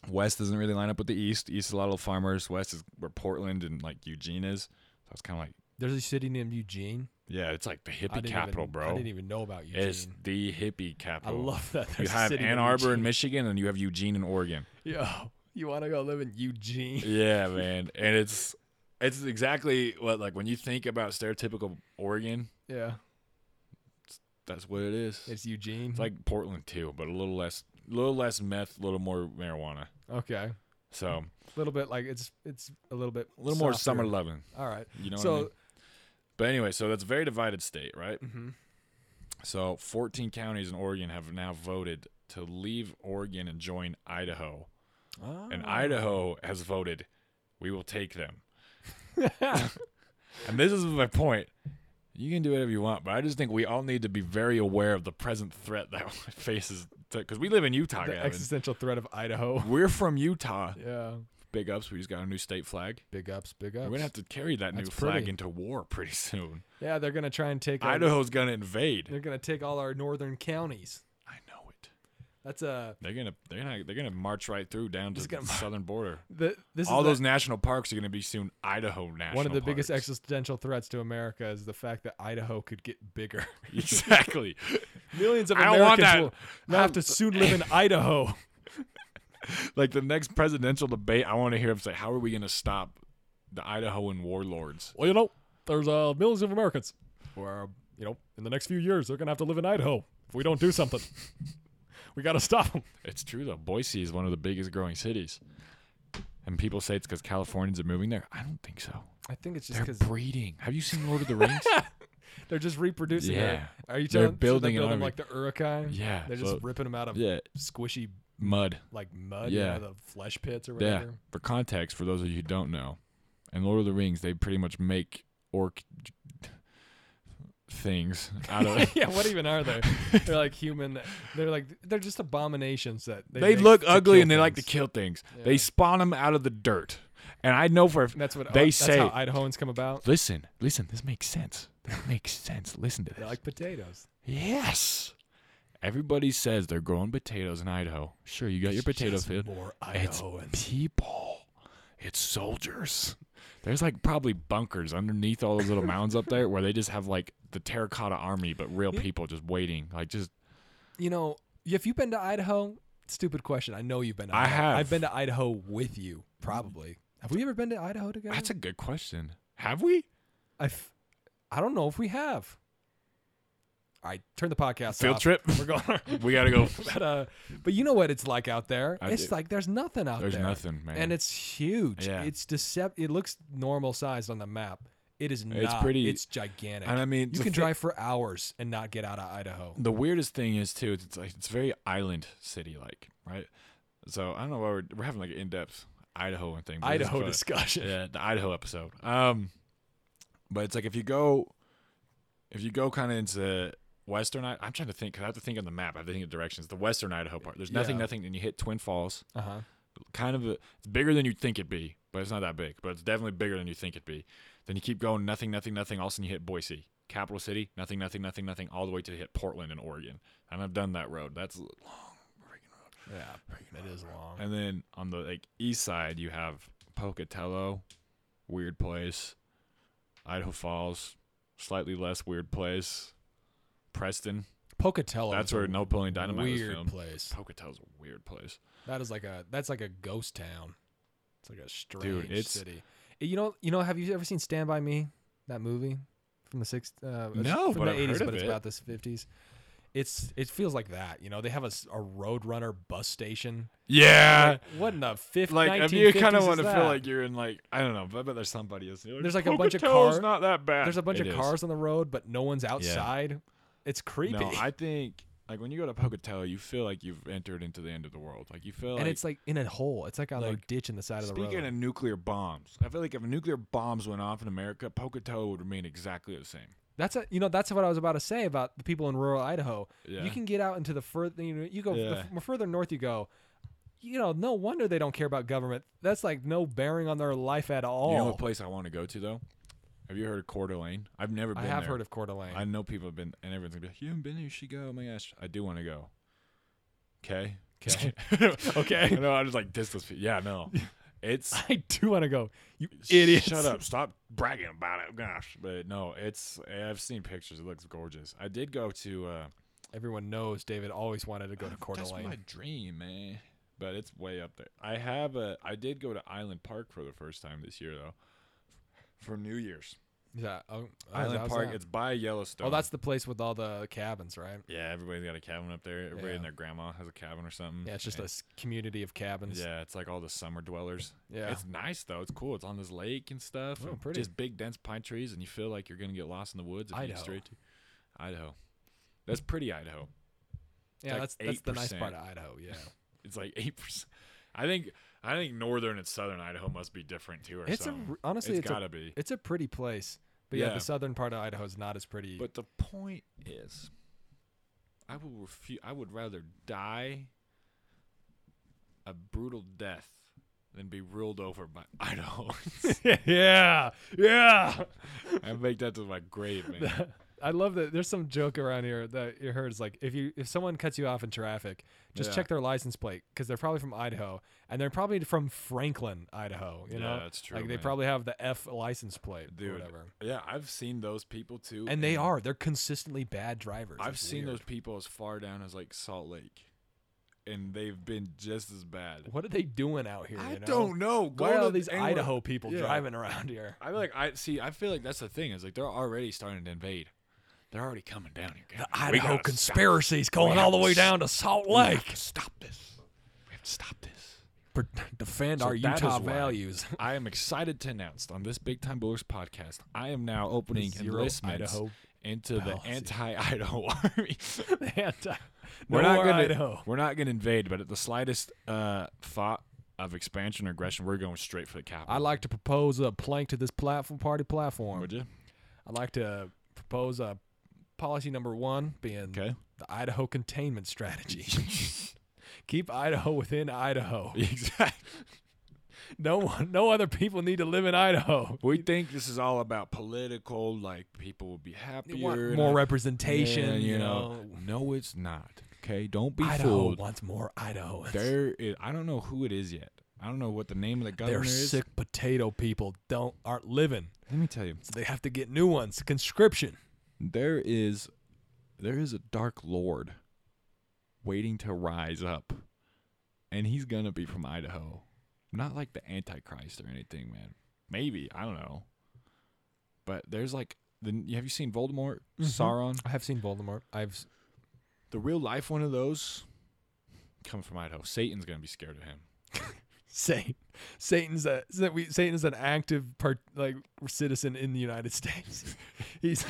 Speaker 1: West doesn't really line up with the East. East is a lot of farmers. West is where Portland and like Eugene is. So it's kind of like
Speaker 2: There's a city named Eugene.
Speaker 1: yeah, it's like the
Speaker 2: I
Speaker 1: hippie
Speaker 2: didn't
Speaker 1: capital,
Speaker 2: even, I
Speaker 1: bro.
Speaker 2: didn't even know about Eugene.
Speaker 1: It's the hippie
Speaker 2: I
Speaker 1: capital.
Speaker 2: love that.
Speaker 1: you
Speaker 2: There's
Speaker 1: have
Speaker 2: a city
Speaker 1: Ann
Speaker 2: named
Speaker 1: Arbor in
Speaker 2: Eugene.
Speaker 1: Michigan, and you have Eugene in Oregon.
Speaker 2: Yo, you want to go live in Eugene?
Speaker 1: yeah, man, and it's it's exactly what like when you think about stereotypical Oregon,
Speaker 2: Yeah.
Speaker 1: That's what it is. It's,
Speaker 2: It's Eugene.
Speaker 1: like Portland too, but a little less, little less meth, a little more marijuana.
Speaker 2: okay,
Speaker 1: So
Speaker 2: a little bit like it's it's a little bit
Speaker 1: a little more
Speaker 2: softer.
Speaker 1: summer loving.
Speaker 2: All right.
Speaker 1: You know. what I mean?
Speaker 2: so
Speaker 1: But anyway, so that's a very divided state, right?
Speaker 2: mhm.
Speaker 1: So 14 counties in Oregon have now voted to leave Oregon and join Idaho. And
Speaker 2: Ah.
Speaker 1: Idaho has voted, we will take them.
Speaker 2: mm-hmm.
Speaker 1: and this is my point. You can do whatever you want, but I just think we all need to be very aware of the present threat that faces. Because we live in Utah,
Speaker 2: the
Speaker 1: Gavin.
Speaker 2: existential threat of Idaho.
Speaker 1: We're from Utah.
Speaker 2: yeah.
Speaker 1: Big ups. We just got a new state flag.
Speaker 2: Big ups. Big ups.
Speaker 1: We're going to have to carry that new
Speaker 2: That's
Speaker 1: flag
Speaker 2: pretty.
Speaker 1: into war pretty soon.
Speaker 2: yeah, they're gonna try and take. our-
Speaker 1: Idaho's going to invade.
Speaker 2: They're gonna take all our northern counties.
Speaker 1: I know it.
Speaker 2: That's a.
Speaker 1: They're gonna they're gonna they're gonna march right through down to
Speaker 2: Just
Speaker 1: the
Speaker 2: gonna mar-
Speaker 1: southern border.
Speaker 2: The, this
Speaker 1: All
Speaker 2: is the-
Speaker 1: those national parks are gonna be soon Idaho national.
Speaker 2: one of the biggest
Speaker 1: parks.
Speaker 2: existential threats to America is the fact that Idaho could get bigger.
Speaker 1: exactly.
Speaker 2: Millions of
Speaker 1: I don't want
Speaker 2: Americans
Speaker 1: that.
Speaker 2: will not have to soon live in Idaho.
Speaker 1: Like the next presidential debate, I want to hear him say, "How are we gonna stop the Idahoan warlords?"
Speaker 2: Well, you know, there's uh, millions of Americans who are, you know, in the next few years they're gonna have to live in Idaho if we don't do something. we gotta stop them.
Speaker 1: It's true though. Boise is one of the biggest growing cities, and people say it's because Californians are moving there. I don't think so.
Speaker 2: I think it's just
Speaker 1: They're
Speaker 2: because
Speaker 1: breeding. Have you seen Lord of the Rings?
Speaker 2: they're just reproducing.
Speaker 1: Yeah.
Speaker 2: Are you
Speaker 1: They're
Speaker 2: telling? so
Speaker 1: building an
Speaker 2: they're
Speaker 1: army.
Speaker 2: building like the Urukai?
Speaker 1: Yeah,
Speaker 2: They're just
Speaker 1: so-
Speaker 2: ripping them out of
Speaker 1: yeah,
Speaker 2: squishy
Speaker 1: mud.
Speaker 2: like mud.
Speaker 1: Yeah.
Speaker 2: Yeah. the flesh pits or
Speaker 1: Yeah.
Speaker 2: whatever.
Speaker 1: For context, for those of you who don't know, in Lord of the Rings, they pretty much make orc things out of.
Speaker 2: yeah, what even are they? They're like human. They're like they're just abominations that they,
Speaker 1: they
Speaker 2: make
Speaker 1: look
Speaker 2: to
Speaker 1: ugly
Speaker 2: kill
Speaker 1: and they like to
Speaker 2: things.
Speaker 1: kill things.
Speaker 2: Yeah.
Speaker 1: They spawn them out of the dirt, and I know for a f-
Speaker 2: And that's what uh,
Speaker 1: They
Speaker 2: that's
Speaker 1: say-
Speaker 2: how Idahoans come about.
Speaker 1: listen, listen. This makes sense. This makes sense. Listen to
Speaker 2: They
Speaker 1: this.
Speaker 2: like potatoes.
Speaker 1: yes. Everybody says they're growing potatoes in Idaho. Sure, you got your potato
Speaker 2: Just
Speaker 1: field.
Speaker 2: More
Speaker 1: It's
Speaker 2: Idahoans.
Speaker 1: people. It's soldiers. There's like probably bunkers underneath all those little mounds up there where they just have like the terracotta army, but real
Speaker 2: Yeah.
Speaker 1: people just waiting. Like just
Speaker 2: You know, if you've been to Idaho, stupid question. I know you've been. to
Speaker 1: I
Speaker 2: Idaho.
Speaker 1: have.
Speaker 2: I've been to Idaho with you, probably. Have we ever been to Idaho together?
Speaker 1: that's a good question. Have we?
Speaker 2: I f- I don't know if we have. All right, turn the podcast
Speaker 1: Field
Speaker 2: off.
Speaker 1: trip?
Speaker 2: We're going.
Speaker 1: We gotta go.
Speaker 2: but, uh, but you know what it's like out there.
Speaker 1: I
Speaker 2: it's
Speaker 1: do.
Speaker 2: like there's nothing out
Speaker 1: There's
Speaker 2: there.
Speaker 1: nothing, man.
Speaker 2: and it's huge.
Speaker 1: Yeah.
Speaker 2: It's decept. It looks normal sized on the map. It is not.
Speaker 1: pretty-
Speaker 2: It's gigantic.
Speaker 1: and I mean,
Speaker 2: you
Speaker 1: the
Speaker 2: can
Speaker 1: thi-
Speaker 2: drive for hours and not get out of Idaho.
Speaker 1: The weirdest thing is too. It's like it's very island city like, right? So I don't know why we're we're having like an in depth Idaho and thing. but this is
Speaker 2: Idaho
Speaker 1: fun.
Speaker 2: discussion.
Speaker 1: yeah, the Idaho episode. Um, but it's like if you go, if you go kind of into western, I- I'm trying to think. 'cause I have to think on the map. I have to think of directions. The western Idaho part. There's nothing,
Speaker 2: Yeah.
Speaker 1: nothing, and you hit Twin Falls.
Speaker 2: Uh huh.
Speaker 1: Kind of, a, it's bigger than you'd think it'd be, but it's not that big. But it's definitely bigger than you think it'd be. Then you keep going, nothing, nothing, nothing. All of a sudden you hit Boise, capital city, nothing, nothing, nothing, nothing, all the way to hit Portland in Oregon. And I've done that road. That's
Speaker 2: Yeah. It is long.
Speaker 1: And then on the like east side, you have Pocatello, weird place. Idaho Falls, slightly less weird place. Preston,
Speaker 2: Pocatello.
Speaker 1: that's
Speaker 2: is a
Speaker 1: where No Pulling Dynamite was
Speaker 2: Weird
Speaker 1: filmed.
Speaker 2: place.
Speaker 1: Pocatello's a weird place.
Speaker 2: That is like a. That's like a ghost town. It's like a strange
Speaker 1: it's-
Speaker 2: city. Eh, You know. You know. Have you ever seen Stand by Me? That movie from the six. Uh, it's
Speaker 1: No,
Speaker 2: from
Speaker 1: but
Speaker 2: the
Speaker 1: I've
Speaker 2: eighties,
Speaker 1: heard
Speaker 2: but
Speaker 1: of
Speaker 2: it's
Speaker 1: it.
Speaker 2: about the fifties. It's it feels like that, you know. They have a, s- a Roadrunner bus station.
Speaker 1: Yeah.
Speaker 2: Like, what in the fifth?
Speaker 1: Uh, Like, I
Speaker 2: Like,
Speaker 1: mean, you kind of want to feel like you're in like I don't know, but I bet there's somebody else. You're
Speaker 2: There's, like, a bunch of
Speaker 1: "Pocatello's
Speaker 2: car-
Speaker 1: Not that bad.
Speaker 2: there's a bunch
Speaker 1: It
Speaker 2: of
Speaker 1: is.
Speaker 2: cars on the road, but no one's outside. It's creepy.
Speaker 1: No, I think like when you go to Pocatello, you feel like you've entered into the end of the world. Like you feel
Speaker 2: and
Speaker 1: like
Speaker 2: it's like in a hole. It's like on a
Speaker 1: like,
Speaker 2: ditch in the side of the road.
Speaker 1: Speaking of nuclear bombs, I feel like if nuclear bombs went off in America, Pocatello would remain exactly the same.
Speaker 2: That's a, you know that's what I was about to say about the people in rural Idaho.
Speaker 1: Yeah.
Speaker 2: You can get out into the further you, know, you go
Speaker 1: Yeah.
Speaker 2: the f- further north you go. You know, no wonder they don't care about government. That's like no bearing on their life at all.
Speaker 1: You know what place I want to go to though? Have you heard of Coeur d'Alene? I've never been
Speaker 2: I have
Speaker 1: there.
Speaker 2: heard of Coeur d'Alene.
Speaker 1: I know people have been, and everyone's gonna be like, "You haven't been there? You should go." Oh my gosh, I do want to go. Okay.
Speaker 2: 'Kay.
Speaker 1: okay. No, I just like diss those people. Yeah, no. It's
Speaker 2: I do want to go. You idiot!
Speaker 1: Shut up! Stop bragging about it. Gosh, but no, it's. I've seen pictures. It looks gorgeous. I did go to. uh
Speaker 2: Everyone knows David always wanted to go to Coeur
Speaker 1: That's my
Speaker 2: d'Alene.
Speaker 1: dream, man. But it's way up there. I have a. I did go to Island Park for the first time this year though, for New Year's.
Speaker 2: Yeah. Oh,
Speaker 1: Island
Speaker 2: how's
Speaker 1: Park.
Speaker 2: that?
Speaker 1: It's Mm, by Yellowstone.
Speaker 2: Oh, that's the place with all the cabins, right?
Speaker 1: yeah. Everybody's got a cabin up there. Everybody
Speaker 2: Yeah.
Speaker 1: and their grandma has a cabin or something.
Speaker 2: Yeah, it's just a
Speaker 1: And-
Speaker 2: s- community of cabins.
Speaker 1: Yeah, it's like all the summer dwellers.
Speaker 2: Yeah.
Speaker 1: It's nice though. It's cool. It's on this lake and stuff.
Speaker 2: Oh,
Speaker 1: and
Speaker 2: pretty.
Speaker 1: Just big dense pine trees, and you feel like you're gonna get lost in the woods if you
Speaker 2: Idaho.
Speaker 1: get straight to Idaho. That's pretty Idaho.
Speaker 2: yeah,
Speaker 1: like
Speaker 2: that's that's the nice
Speaker 1: 8%.
Speaker 2: part of Idaho. Yeah.
Speaker 1: It's like eight percent. I think I think northern and southern Idaho must be different too, or
Speaker 2: It's a
Speaker 1: something.
Speaker 2: r- honestly
Speaker 1: it's
Speaker 2: it's a-
Speaker 1: gotta be.
Speaker 2: It's a pretty place. But yeah,
Speaker 1: Yeah.
Speaker 2: the southern part of Idaho is not as pretty.
Speaker 1: But the point is, I will refu- I would rather die a brutal death than be ruled over by Idaho.
Speaker 2: yeah. Yeah.
Speaker 1: I make that to my grave, man.
Speaker 2: I love that there's some joke around here that you heard is like if you if someone cuts you off in traffic, just
Speaker 1: Yeah.
Speaker 2: check their license plate because they're probably from Idaho and they're probably from Franklin, Idaho. You know,
Speaker 1: Yeah, that's true,
Speaker 2: Like they
Speaker 1: man.
Speaker 2: probably have the F license plate or
Speaker 1: Dude,
Speaker 2: whatever,
Speaker 1: Yeah, I've seen those people too,
Speaker 2: and they are they're consistently bad drivers.
Speaker 1: I've
Speaker 2: It's
Speaker 1: seen
Speaker 2: weird.
Speaker 1: those people as far down as like Salt Lake, and they've been just as bad.
Speaker 2: What are they doing out here?
Speaker 1: I
Speaker 2: you know?
Speaker 1: don't know. Go
Speaker 2: Why are
Speaker 1: to
Speaker 2: all these
Speaker 1: anywhere-
Speaker 2: Idaho people
Speaker 1: Yeah.
Speaker 2: driving around here?
Speaker 1: I feel like I see. I feel like that's the thing is like they're already starting to invade. They're already coming down here.
Speaker 2: The
Speaker 1: Gavin. We
Speaker 2: Idaho
Speaker 1: gotta stop-
Speaker 2: conspiracies going
Speaker 1: gotta
Speaker 2: all the way
Speaker 1: s-
Speaker 2: down to Salt
Speaker 1: we have
Speaker 2: Lake.
Speaker 1: to Stop this. We have to stop this.
Speaker 2: Pr- Defend
Speaker 1: So
Speaker 2: our
Speaker 1: that is
Speaker 2: Utah
Speaker 1: why
Speaker 2: values.
Speaker 1: I am excited to announce on this Big Time Bullers podcast, I am now opening
Speaker 2: Zero
Speaker 1: enlistments
Speaker 2: Idaho
Speaker 1: into
Speaker 2: policy.
Speaker 1: the anti-Idaho army.
Speaker 2: Anti-
Speaker 1: we're
Speaker 2: uh, no
Speaker 1: not
Speaker 2: more
Speaker 1: gonna
Speaker 2: Idaho.
Speaker 1: we're not gonna invade, but at the slightest uh, thought of expansion or aggression, we're going straight for the capital.
Speaker 2: I'd like to propose a plank to this platform party platform.
Speaker 1: Would you?
Speaker 2: I'd like to propose a policy number one being
Speaker 1: Okay.
Speaker 2: the Idaho containment strategy. Keep Idaho within Idaho.
Speaker 1: exactly.
Speaker 2: No one, no other people need to live in Idaho.
Speaker 1: We think this is all about political, like people will be
Speaker 2: They
Speaker 1: happier,
Speaker 2: want
Speaker 1: and
Speaker 2: more
Speaker 1: I-
Speaker 2: representation,
Speaker 1: Yeah,
Speaker 2: you know.
Speaker 1: No, it's not. Okay, don't be
Speaker 2: Idaho
Speaker 1: fooled.
Speaker 2: wants more Idaho.
Speaker 1: There, is, I don't know who it is yet. I don't know what the name of the governor
Speaker 2: They're
Speaker 1: is.
Speaker 2: sick potato people don't aren't living,
Speaker 1: Let me tell you,
Speaker 2: so they have to get new ones. Conscription.
Speaker 1: there is, there is a dark lord, waiting to rise up, and he's gonna be from Idaho, not like the Antichrist or anything, man. Maybe I don't know, but there's like the. Have you seen Voldemort,
Speaker 2: Mm-hmm.
Speaker 1: Sauron?
Speaker 2: I have seen Voldemort. I've
Speaker 1: The real life one of those coming from Idaho. Satan's gonna be scared of him.
Speaker 2: Satan. Satan's a that we Satan's an active part like citizen in the United States. He's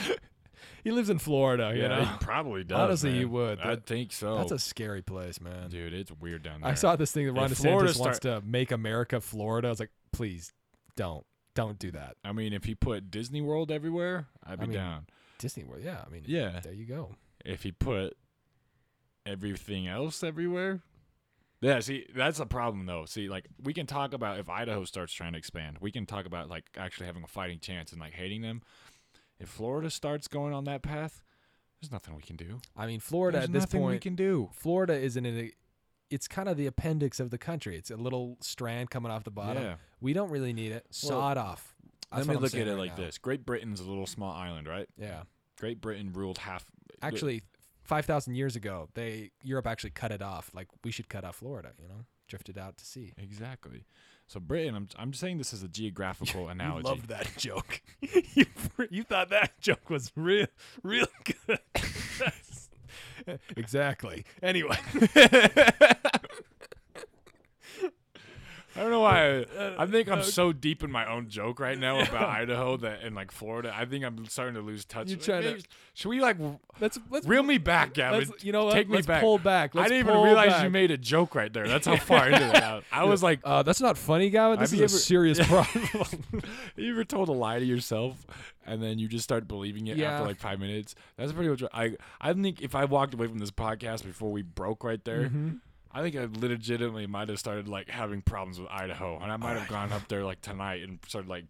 Speaker 2: he lives in Florida, you know.
Speaker 1: Oh, he probably does.
Speaker 2: Honestly, you
Speaker 1: man.
Speaker 2: would.
Speaker 1: I
Speaker 2: That-
Speaker 1: think so.
Speaker 2: That's a scary place, man.
Speaker 1: dude. It's weird down there.
Speaker 2: I saw this thing that Ron
Speaker 1: If
Speaker 2: DeSantis
Speaker 1: Florida
Speaker 2: wants to make America Florida. I was like, please don't. Don't do that.
Speaker 1: I mean, if he put Disney World everywhere, I'd be
Speaker 2: I mean-
Speaker 1: down.
Speaker 2: Disney World, yeah. I mean
Speaker 1: Yeah.
Speaker 2: there you go.
Speaker 1: If he put everything else everywhere. Yeah, see, that's a problem though. See, like we can talk about if Idaho starts trying to expand, we can talk about like actually having a fighting chance and like hating them. If Florida starts going on that path, there's nothing we can do.
Speaker 2: I mean Florida
Speaker 1: there's
Speaker 2: at this
Speaker 1: nothing
Speaker 2: point
Speaker 1: we can do.
Speaker 2: Florida isn't in a it's kind of the appendix of the country. It's a little strand coming off the bottom.
Speaker 1: Yeah.
Speaker 2: We don't really need it. Saw
Speaker 1: Well,
Speaker 2: it off.
Speaker 1: Let
Speaker 2: That's
Speaker 1: me
Speaker 2: what I'm
Speaker 1: look
Speaker 2: saying
Speaker 1: at it
Speaker 2: right
Speaker 1: like
Speaker 2: now.
Speaker 1: this: Great Britain's a little small island, right?
Speaker 2: Yeah.
Speaker 1: Great Britain ruled half.
Speaker 2: actually 5000 years ago they europe actually cut it off like we should cut off florida you know drifted out to sea
Speaker 1: exactly. So Britain, I'm I'm saying this is a geographical analogy.
Speaker 2: that joke you, you thought that joke was real real good exactly anyway
Speaker 1: I don't know why. I, I think
Speaker 2: uh,
Speaker 1: I'm so deep in my own joke right now about Idaho that and like Florida. I think I'm starting to lose touch.
Speaker 2: You're
Speaker 1: with-
Speaker 2: trying to-
Speaker 1: Maybe- Should we like r-
Speaker 2: let's let's
Speaker 1: reel me back, Gavin?
Speaker 2: let's- you know what?
Speaker 1: Take me
Speaker 2: Let's
Speaker 1: back.
Speaker 2: pull back.
Speaker 1: I
Speaker 2: Let's
Speaker 1: didn't even
Speaker 2: pull
Speaker 1: realize you
Speaker 2: back.
Speaker 1: made a joke right there. That's how far into it. I- I was like,
Speaker 2: uh, that's not funny guy this
Speaker 1: Have
Speaker 2: is
Speaker 1: you
Speaker 2: a
Speaker 1: ever-
Speaker 2: serious problem
Speaker 1: you ever told a lie to yourself and then you just start believing it
Speaker 2: Yeah.
Speaker 1: after like five minutes? That's pretty much. What I I think if I walked away from this podcast before we broke right there, I think I legitimately might have started like having problems with Idaho, and I might have gone up there like tonight and started like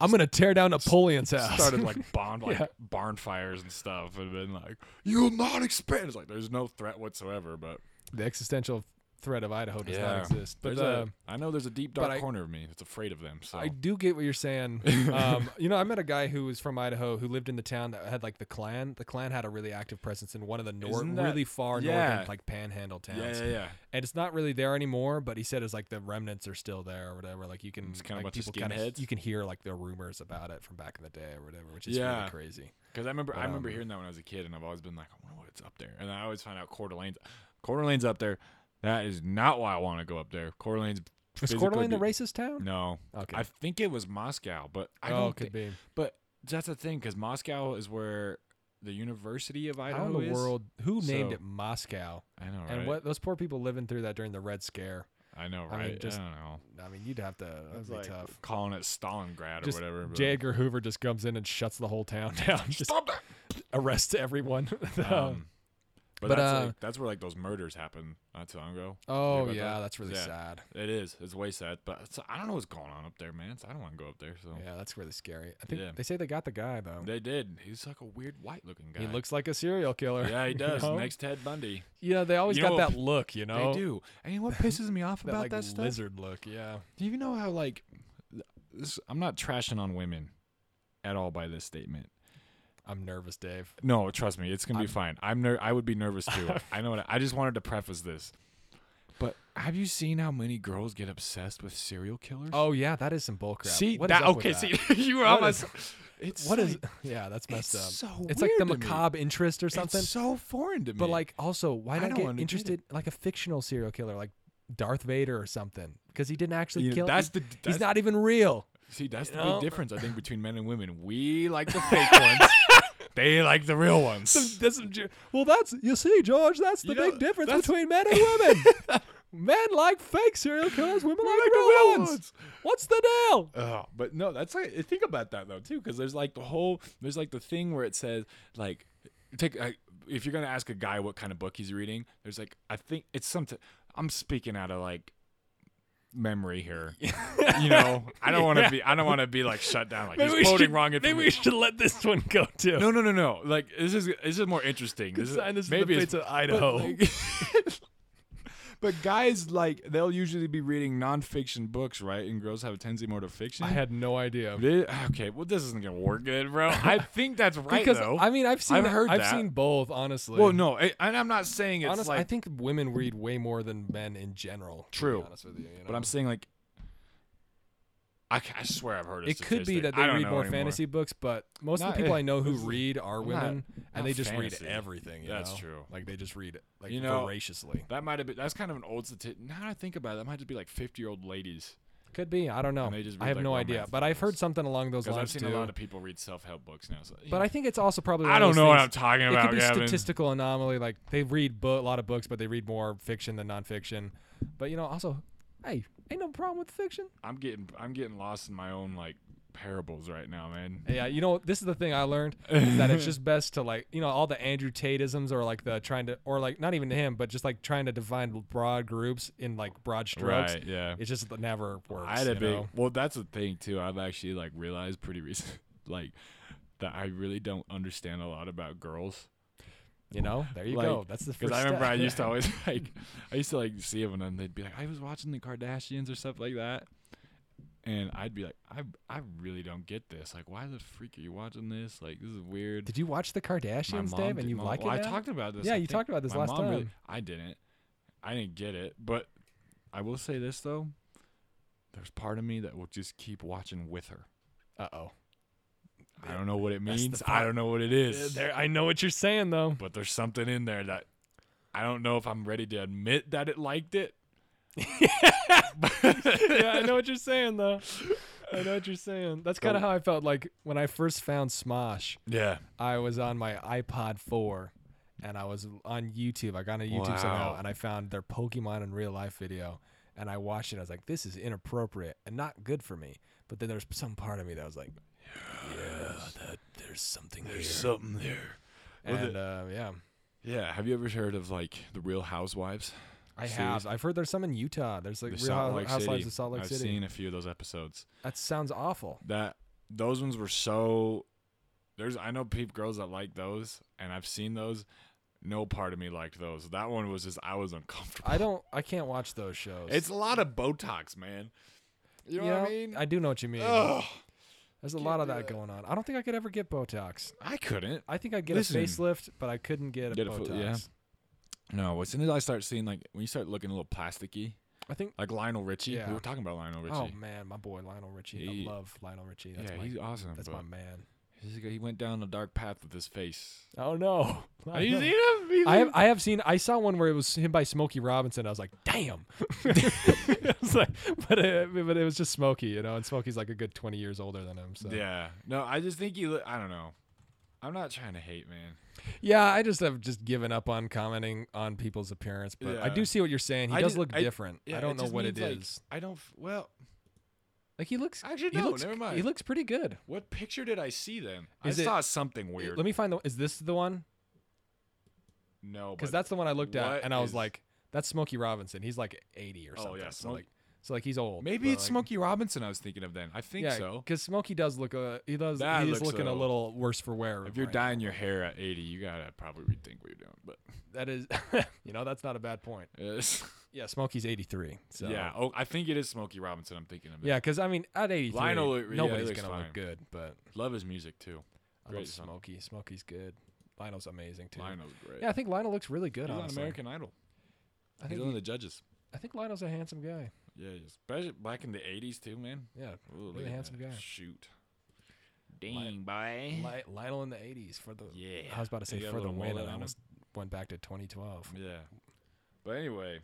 Speaker 2: i'm gonna tear down napoleon's house
Speaker 1: started like bond like
Speaker 2: Yeah.
Speaker 1: barn fires and stuff, and been like, "You'll not expand." It's like there's no threat whatsoever, but
Speaker 2: the existential threat of Idaho does not
Speaker 1: Yeah.
Speaker 2: exist. But
Speaker 1: There's a-
Speaker 2: uh,
Speaker 1: I know there's a deep
Speaker 2: but
Speaker 1: dark
Speaker 2: I-
Speaker 1: corner of me that's afraid of them. So
Speaker 2: I do get what you're saying. Um, you know, I met a guy who was from Idaho who lived in the town that had like the Klan. The Klan had a really active presence in one of the north,
Speaker 1: Isn't that-
Speaker 2: really far
Speaker 1: yeah.
Speaker 2: northern like Panhandle towns.
Speaker 1: yeah, yeah, yeah.
Speaker 2: And it's not really there anymore. But he said it's like the remnants are still there or whatever. Like you can
Speaker 1: It's kinda
Speaker 2: like,
Speaker 1: a bunch of
Speaker 2: people kinda-
Speaker 1: skinheads.
Speaker 2: you can hear like the rumors about it from back in the day or whatever, which is
Speaker 1: Yeah.
Speaker 2: really crazy.
Speaker 1: Because I remember,
Speaker 2: But,
Speaker 1: I remember
Speaker 2: um,
Speaker 1: hearing that when I was a kid, and I've always been like, I wonder what it's up there. And I always find out Coeur d'Alene's, Coeur d'Alene's up there. That is not why I want to go up there. Coeur d'Alene's.
Speaker 2: Was Coeur
Speaker 1: physically
Speaker 2: d'Alene the
Speaker 1: be-
Speaker 2: racist town?
Speaker 1: No,
Speaker 2: Okay.
Speaker 1: I think it was Moscow, but I
Speaker 2: oh,
Speaker 1: don't.
Speaker 2: could
Speaker 1: thi-
Speaker 2: be.
Speaker 1: but that's the thing, because Moscow is where the University of Idaho
Speaker 2: How in the
Speaker 1: is.
Speaker 2: world? Who named
Speaker 1: So-
Speaker 2: it Moscow?
Speaker 1: I know, right?
Speaker 2: And what those poor people living through that during the Red Scare.
Speaker 1: I know,
Speaker 2: I
Speaker 1: right? I,
Speaker 2: mean, just-
Speaker 1: don't know.
Speaker 2: I mean, you'd have to. That'd be
Speaker 1: Like,
Speaker 2: tough.
Speaker 1: Calling it Stalingrad
Speaker 2: Just
Speaker 1: or whatever. but-
Speaker 2: J. Edgar Hoover just comes in and shuts the whole town down. Just
Speaker 1: Stop that!
Speaker 2: arrests everyone.
Speaker 1: Um, but
Speaker 2: but,
Speaker 1: that's,
Speaker 2: uh,
Speaker 1: like, that's where like those murders happen not too long ago.
Speaker 2: oh
Speaker 1: about
Speaker 2: yeah,
Speaker 1: that?
Speaker 2: that's really
Speaker 1: Yeah.
Speaker 2: sad.
Speaker 1: It is. It's way sad, but it's, I don't know what's going on up there, man. So I don't want to go up there. So
Speaker 2: Yeah, that's really scary. I think
Speaker 1: Yeah.
Speaker 2: they say they got the guy though.
Speaker 1: they did. He's like a weird white-looking guy.
Speaker 2: He looks like a serial killer.
Speaker 1: Yeah, he does.
Speaker 2: You know?
Speaker 1: Next Ted Bundy.
Speaker 2: yeah, they always
Speaker 1: You
Speaker 2: got
Speaker 1: know,
Speaker 2: that look. You know,
Speaker 1: They do. And you know what pisses me off
Speaker 2: that
Speaker 1: about
Speaker 2: like
Speaker 1: that stuff?
Speaker 2: lizard look. Yeah,
Speaker 1: Do you know how like th- this, I'm not trashing on women at all by this statement.
Speaker 2: I'm nervous, Dave.
Speaker 1: No, trust me, it's gonna be
Speaker 2: I'm-
Speaker 1: fine. I'm ner- I would be nervous too. I know. What I, I just wanted to preface this. But have you seen how many girls get obsessed with serial killers?
Speaker 2: Oh yeah, that is some bull crap.
Speaker 1: see
Speaker 2: What is
Speaker 1: that?
Speaker 2: up with
Speaker 1: Okay,
Speaker 2: that?
Speaker 1: see, you were
Speaker 2: What
Speaker 1: almost.
Speaker 2: is-
Speaker 1: it's
Speaker 2: What is?
Speaker 1: like-
Speaker 2: Yeah, that's messed
Speaker 1: it's
Speaker 2: up.
Speaker 1: So
Speaker 2: it's like the
Speaker 1: weird to me.
Speaker 2: macabre interest or something.
Speaker 1: It's so foreign to me.
Speaker 2: But like, also, why
Speaker 1: I
Speaker 2: not
Speaker 1: don't
Speaker 2: get
Speaker 1: wanna get it.
Speaker 2: interested like a fictional serial killer, like Darth Vader or something? Because he didn't actually
Speaker 1: You know,
Speaker 2: kill.
Speaker 1: that's
Speaker 2: he-
Speaker 1: the
Speaker 2: he's
Speaker 1: that's,
Speaker 2: not even real.
Speaker 1: see that's
Speaker 2: you
Speaker 1: the
Speaker 2: know?
Speaker 1: big difference I think between men and women. We like the fake ones. They like the real ones.
Speaker 2: That's some ju- well, that's you see, George. That's the
Speaker 1: You know,
Speaker 2: big difference
Speaker 1: that's-
Speaker 2: between men and women. men like fake serial killers. Women like,
Speaker 1: like the
Speaker 2: real,
Speaker 1: real
Speaker 2: ones.
Speaker 1: ones.
Speaker 2: What's the deal?
Speaker 1: Oh, but no, that's like think about that though too, because there's like the whole there's like the thing where it says like take I, if you're gonna ask a guy what kind of book he's reading, there's like I think it's something. I'm speaking out of like memory here. you know, I don't want to be I don't want to be like shut down like he's quoting wrong information.
Speaker 2: should let this one go too.
Speaker 1: no, no, no, no. Like this is this is more interesting. This is,
Speaker 2: Consign us to the
Speaker 1: maybe
Speaker 2: fates of
Speaker 1: but,
Speaker 2: Idaho.
Speaker 1: like- but guys like they'll usually be reading nonfiction books, right? And girls have a tendency more to fiction.
Speaker 2: I had no idea.
Speaker 1: Thi- okay, well, this isn't gonna work good, bro. I think that's right
Speaker 2: because
Speaker 1: though.
Speaker 2: I mean, I've seen,
Speaker 1: I've heard
Speaker 2: I've
Speaker 1: that.
Speaker 2: seen both. Honestly,
Speaker 1: well, no, I, and I'm not saying it's
Speaker 2: Honestly,
Speaker 1: like
Speaker 2: I think women read way more than men in general. to be
Speaker 1: True.
Speaker 2: honest with you, you
Speaker 1: but
Speaker 2: know?
Speaker 1: I'm saying like, I, ca- I swear I've heard. A
Speaker 2: It could be
Speaker 1: statistic.
Speaker 2: that
Speaker 1: I
Speaker 2: they
Speaker 1: don't
Speaker 2: read
Speaker 1: know
Speaker 2: more
Speaker 1: anymore.
Speaker 2: fantasy books, but most of
Speaker 1: Not-
Speaker 2: the people I know who
Speaker 1: this is-
Speaker 2: read are women,
Speaker 1: not
Speaker 2: and they just
Speaker 1: fantasy.
Speaker 2: read everything. you
Speaker 1: That's
Speaker 2: know?
Speaker 1: true.
Speaker 2: Like they just read it, like
Speaker 1: You know-
Speaker 2: voraciously.
Speaker 1: That might have been. That's kind of an old statistic. Now that I think about it, that might just be like 50 year old ladies.
Speaker 2: Could be. I don't know.
Speaker 1: And they just
Speaker 2: I
Speaker 1: read,
Speaker 2: have
Speaker 1: like,
Speaker 2: no idea,
Speaker 1: romance
Speaker 2: but I've heard
Speaker 1: novels.
Speaker 2: something along those
Speaker 1: Because I've
Speaker 2: lines
Speaker 1: seen
Speaker 2: too.
Speaker 1: a lot of people read self help books now. So,
Speaker 2: but I think it's also probably. one
Speaker 1: I
Speaker 2: of
Speaker 1: don't
Speaker 2: those
Speaker 1: know what
Speaker 2: things-
Speaker 1: I'm talking
Speaker 2: It
Speaker 1: about,
Speaker 2: could be
Speaker 1: Gavin.
Speaker 2: statistical anomaly. Like they read bo- a lot of books, but they read more fiction than nonfiction. But you know, also, hey, ain't no problem with fiction.
Speaker 1: I'm getting I'm getting lost in my own like parables right now, man.
Speaker 2: Yeah, you know, this is the thing I learned is that it's just best to like, you know, all the Andrew Tatisms or like the trying to, or like not even to him, but just like trying to define broad groups in like broad strokes.
Speaker 1: Right? Yeah.
Speaker 2: It just never works.
Speaker 1: I had a
Speaker 2: you
Speaker 1: big.
Speaker 2: know?
Speaker 1: Well, that's the thing too. I've actually like realized pretty recent, like that I really don't understand a lot about girls.
Speaker 2: You know, there you
Speaker 1: Like,
Speaker 2: go. That's the first.
Speaker 1: Because I remember
Speaker 2: step.
Speaker 1: I used to always like, I used to like see them and then they'd be like, I was watching the Kardashians or stuff like that, and I'd be like, I I really don't get this. Like, why the freak are you watching this? Like, this is weird.
Speaker 2: Did you watch the
Speaker 1: My
Speaker 2: Kardashians,
Speaker 1: mom
Speaker 2: Dave?
Speaker 1: did-
Speaker 2: And you
Speaker 1: my-
Speaker 2: like it?
Speaker 1: well, I
Speaker 2: now?
Speaker 1: talked about this.
Speaker 2: Yeah,
Speaker 1: I
Speaker 2: you
Speaker 1: think
Speaker 2: talked about this
Speaker 1: my
Speaker 2: last
Speaker 1: mom really-
Speaker 2: time.
Speaker 1: I didn't. I didn't get it, but I will say this though. There's part of me that will just keep watching with her.
Speaker 2: Uh oh.
Speaker 1: I don't know what it
Speaker 2: That's the
Speaker 1: means. I
Speaker 2: part.
Speaker 1: don't know what it is.
Speaker 2: There, I know what you're saying though.
Speaker 1: But there's something in there that I don't know if I'm ready to admit that it liked it.
Speaker 2: yeah, I know what you're saying though. I know what you're saying. That's kind of how I felt like when I first found Smosh.
Speaker 1: Yeah.
Speaker 2: I was on my iPod 4 and I was on YouTube. I got on YouTube
Speaker 1: Wow.
Speaker 2: somehow and I found their Pokemon in real life video and I watched it. I was like, this is inappropriate and not good for me. But then there's some part of me that was like, yeah, that, there's something here.
Speaker 1: something there. Well,
Speaker 2: and uh, yeah,
Speaker 1: Yeah. Have you ever heard of like the Real Housewives?
Speaker 2: I
Speaker 1: Series?
Speaker 2: have. I've heard there's some in Utah. There's like
Speaker 1: The
Speaker 2: Real
Speaker 1: Salt
Speaker 2: Hou-
Speaker 1: Lake
Speaker 2: Housewives
Speaker 1: City.
Speaker 2: of Salt Lake
Speaker 1: I've
Speaker 2: City.
Speaker 1: seen a few of those episodes.
Speaker 2: That sounds awful.
Speaker 1: That those ones were so. There's I know peep girls that like those, and I've seen those. No part of me liked those. That one was just I was uncomfortable.
Speaker 2: I don't. I can't watch those shows.
Speaker 1: It's a lot of Botox, man. You know what I
Speaker 2: Yeah,
Speaker 1: mean?
Speaker 2: I do know what you mean.
Speaker 1: Ugh.
Speaker 2: There's a lot of
Speaker 1: do
Speaker 2: that,
Speaker 1: that.
Speaker 2: going on. I don't think I could ever get Botox.
Speaker 1: I couldn't.
Speaker 2: I think I'd get
Speaker 1: Listen.
Speaker 2: a facelift, but I couldn't get a
Speaker 1: Get a
Speaker 2: Botox.
Speaker 1: fo- yeah. No, as soon as I start seeing like when you start looking a little plasticky,
Speaker 2: I think.
Speaker 1: like Lionel Richie.
Speaker 2: Yeah.
Speaker 1: We were talking about Lionel Richie.
Speaker 2: Oh man, my boy Lionel Richie.
Speaker 1: He-
Speaker 2: I love Lionel Richie. That's
Speaker 1: yeah,
Speaker 2: my.
Speaker 1: he's awesome.
Speaker 2: that's
Speaker 1: but
Speaker 2: my man.
Speaker 1: he's a guy- he went down a dark path with his face.
Speaker 2: Oh no.
Speaker 1: Have you seen him? He's
Speaker 2: I
Speaker 1: like-
Speaker 2: have, I have seen I saw one where it was him by Smokey Robinson. I was like, damn. I was like, but it, but it was just Smokey, you know, and Smokey's like a good twenty years older than him. So
Speaker 1: Yeah. No, I just think he. Li- I don't know. I'm not trying to hate, man.
Speaker 2: Yeah, I just have just given up on commenting on people's appearance, but I
Speaker 1: Yeah.
Speaker 2: do see what you're saying. He
Speaker 1: I
Speaker 2: does
Speaker 1: just-
Speaker 2: look
Speaker 1: I-
Speaker 2: different.
Speaker 1: yeah,
Speaker 2: I
Speaker 1: it
Speaker 2: don't know
Speaker 1: just
Speaker 2: what it
Speaker 1: means,
Speaker 2: is.
Speaker 1: like,
Speaker 2: Like,
Speaker 1: I don't. f- Well,
Speaker 2: he looks.
Speaker 1: actually,
Speaker 2: he
Speaker 1: no.
Speaker 2: looks.
Speaker 1: never mind.
Speaker 2: He looks pretty good.
Speaker 1: what picture did I see then?
Speaker 2: Is
Speaker 1: I
Speaker 2: it-
Speaker 1: saw something weird.
Speaker 2: Let me find the. Is this the one?
Speaker 1: no,
Speaker 2: Because
Speaker 1: but
Speaker 2: that's the one I looked at,
Speaker 1: what
Speaker 2: and I was
Speaker 1: is-
Speaker 2: like, "That's Smokey Robinson. He's like 80 or
Speaker 1: Oh,
Speaker 2: something."
Speaker 1: yeah,
Speaker 2: so
Speaker 1: Smok-
Speaker 2: like, so like he's old.
Speaker 1: maybe
Speaker 2: but,
Speaker 1: it's
Speaker 2: like-
Speaker 1: Smokey Robinson. I was thinking of then. I think
Speaker 2: yeah,
Speaker 1: so.
Speaker 2: Because Smokey does look. Uh, he does.
Speaker 1: That
Speaker 2: he's
Speaker 1: looks
Speaker 2: looking a
Speaker 1: old.
Speaker 2: little worse for wear.
Speaker 1: If you're
Speaker 2: right now.
Speaker 1: dyeing your hair at 80, you gotta probably rethink what you're doing. But
Speaker 2: that is, you know, that's not a bad point.
Speaker 1: it's-
Speaker 2: Yeah, Smokey's 83. So
Speaker 1: yeah, oh, I think it is Smokey Robinson. I'm thinking of it.
Speaker 2: yeah. Because I mean, at 83,
Speaker 1: Lionel, yeah, he
Speaker 2: nobody's
Speaker 1: looks
Speaker 2: gonna
Speaker 1: fine.
Speaker 2: look good, but.
Speaker 1: love his music too.
Speaker 2: I
Speaker 1: Great
Speaker 2: love
Speaker 1: song.
Speaker 2: Smokey. Smokey's good. Lionel's amazing too.
Speaker 1: Lionel's great.
Speaker 2: Yeah, I think Lionel looks really good.
Speaker 1: he's on
Speaker 2: honestly.
Speaker 1: American Idol.
Speaker 2: I
Speaker 1: He's
Speaker 2: think
Speaker 1: one of
Speaker 2: he,
Speaker 1: the judges.
Speaker 2: I think Lionel's a handsome guy.
Speaker 1: Yeah, he is. especially back in the 80s too, man.
Speaker 2: Yeah,
Speaker 1: Ooh, look
Speaker 2: Really
Speaker 1: at
Speaker 2: handsome
Speaker 1: that.
Speaker 2: guy.
Speaker 1: Shoot.
Speaker 2: Dang,
Speaker 1: boy.
Speaker 2: Li- Lionel in the '80s for the.
Speaker 1: Yeah.
Speaker 2: I was about to say
Speaker 1: He got a
Speaker 2: for the
Speaker 1: little
Speaker 2: win,
Speaker 1: mullet
Speaker 2: and I
Speaker 1: on him.
Speaker 2: almost went back to 2012.
Speaker 1: Yeah. But anyway,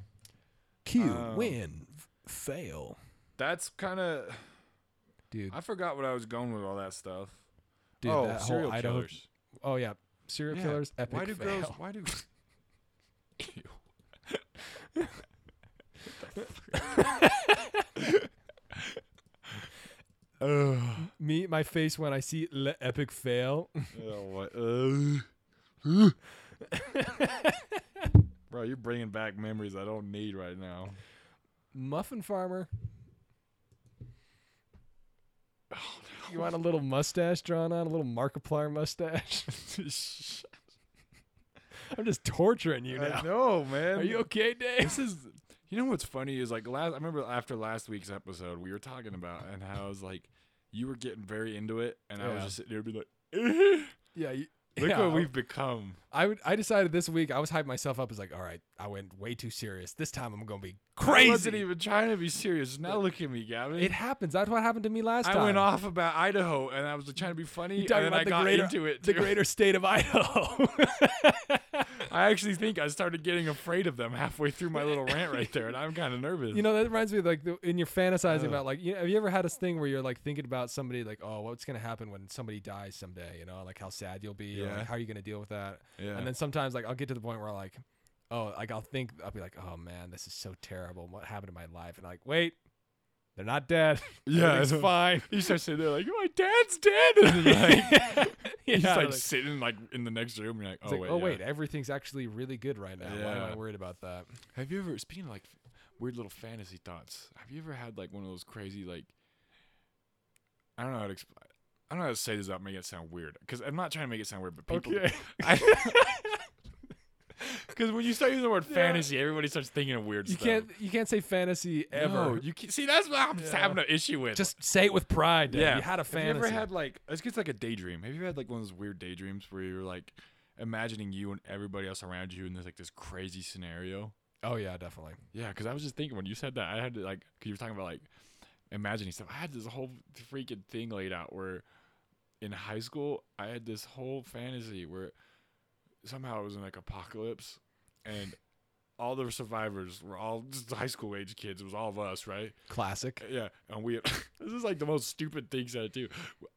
Speaker 2: Q
Speaker 1: Um,
Speaker 2: win f- fail,
Speaker 1: that's kind of.
Speaker 2: dude.
Speaker 1: I forgot what I was going with all that stuff.
Speaker 2: dude,
Speaker 1: oh,
Speaker 2: that
Speaker 1: serial
Speaker 2: whole Idaho.
Speaker 1: killers.
Speaker 2: Oh yeah, serial
Speaker 1: Yeah.
Speaker 2: killers. Epic
Speaker 1: Why do
Speaker 2: fail.
Speaker 1: girls? Why do? Ew.
Speaker 2: Uh,
Speaker 1: Ugh.
Speaker 2: Me, my face when I see le- epic fail.
Speaker 1: Oh, what? Ugh. uh, Bro, you're bringing back memories I don't need right now.
Speaker 2: Muffin farmer.
Speaker 1: Oh,
Speaker 2: You want a little mustache drawn on, a little Markiplier mustache? I'm just torturing you now.
Speaker 1: I know, man.
Speaker 2: Are you okay, Dave?
Speaker 1: this is you know what's funny is like last i remember after last week's episode we were talking about and how i was like you were getting very into it and i was
Speaker 2: Yeah.
Speaker 1: just sitting there be like "Eh,
Speaker 2: Yeah. You,
Speaker 1: look
Speaker 2: yeah,
Speaker 1: what we've become
Speaker 2: I would. I decided this week I was hyping myself up as like, all right, I went way too serious. This time I'm gonna be crazy.
Speaker 1: i wasn't even trying to be serious now look at me gavin
Speaker 2: it happens. That's what happened to me last time.
Speaker 1: i went off about idaho and i was trying to be funny
Speaker 2: You're
Speaker 1: and
Speaker 2: talking
Speaker 1: then
Speaker 2: about
Speaker 1: i
Speaker 2: the
Speaker 1: got
Speaker 2: greater-
Speaker 1: into it
Speaker 2: The
Speaker 1: too.
Speaker 2: greater state of Idaho.
Speaker 1: i actually think i started getting afraid of them halfway through my little rant right there and i'm kind of nervous
Speaker 2: you know that reminds me of like the, in your fantasizing
Speaker 1: Ugh.
Speaker 2: about like you know, have you ever had this thing where you're like thinking about somebody like oh what's gonna happen when somebody dies someday you know like how sad you'll be or
Speaker 1: Yeah.
Speaker 2: like, how are you gonna deal with that
Speaker 1: yeah
Speaker 2: And then sometimes like I'll get to the point where like, oh, like I'll think I'll be like, oh man, this is so terrible. What happened in my life? And like, wait, they're not dead.
Speaker 1: yeah
Speaker 2: it's fine.
Speaker 1: you start sitting there like my dad's dead and then, like
Speaker 2: Yeah,
Speaker 1: He's just like,
Speaker 2: like- it's
Speaker 1: sitting like in the next room. And you're like, oh
Speaker 2: like,
Speaker 1: wait,
Speaker 2: oh
Speaker 1: yeah."
Speaker 2: wait, everything's actually really good right now. Why am I
Speaker 1: Yeah.
Speaker 2: worried about that?
Speaker 1: Have you ever speaking of, like weird little fantasy thoughts? Have you ever had like one of those crazy like? I don't know how to explain. I don't know how to say this without making it sound weird. Because I'm not trying to make it sound weird, but people. Because when you start using the word
Speaker 2: Yeah.
Speaker 1: fantasy, everybody starts thinking of weird
Speaker 2: you
Speaker 1: stuff.
Speaker 2: can't you can't say fantasy ever.
Speaker 1: No, you can't, see that's what I'm just
Speaker 2: Yeah.
Speaker 1: having an issue with.
Speaker 2: Just say it with pride. Dave.
Speaker 1: Yeah.
Speaker 2: you had a
Speaker 1: Have you
Speaker 2: fantasy.
Speaker 1: ever had like it's just like a daydream? Have you ever had like one of those weird daydreams where you're like imagining you and everybody else around you in this like this crazy scenario?
Speaker 2: oh yeah, definitely.
Speaker 1: Yeah, because I was just thinking when you said that, I had to like, because you were talking about like imagining stuff. I had this whole freaking thing laid out where in high school, I had this whole fantasy where somehow it was in like apocalypse and all the survivors were all just high school age kids. It was all of us, right?
Speaker 2: Classic.
Speaker 1: Yeah, and we. this is like the most stupid things I do.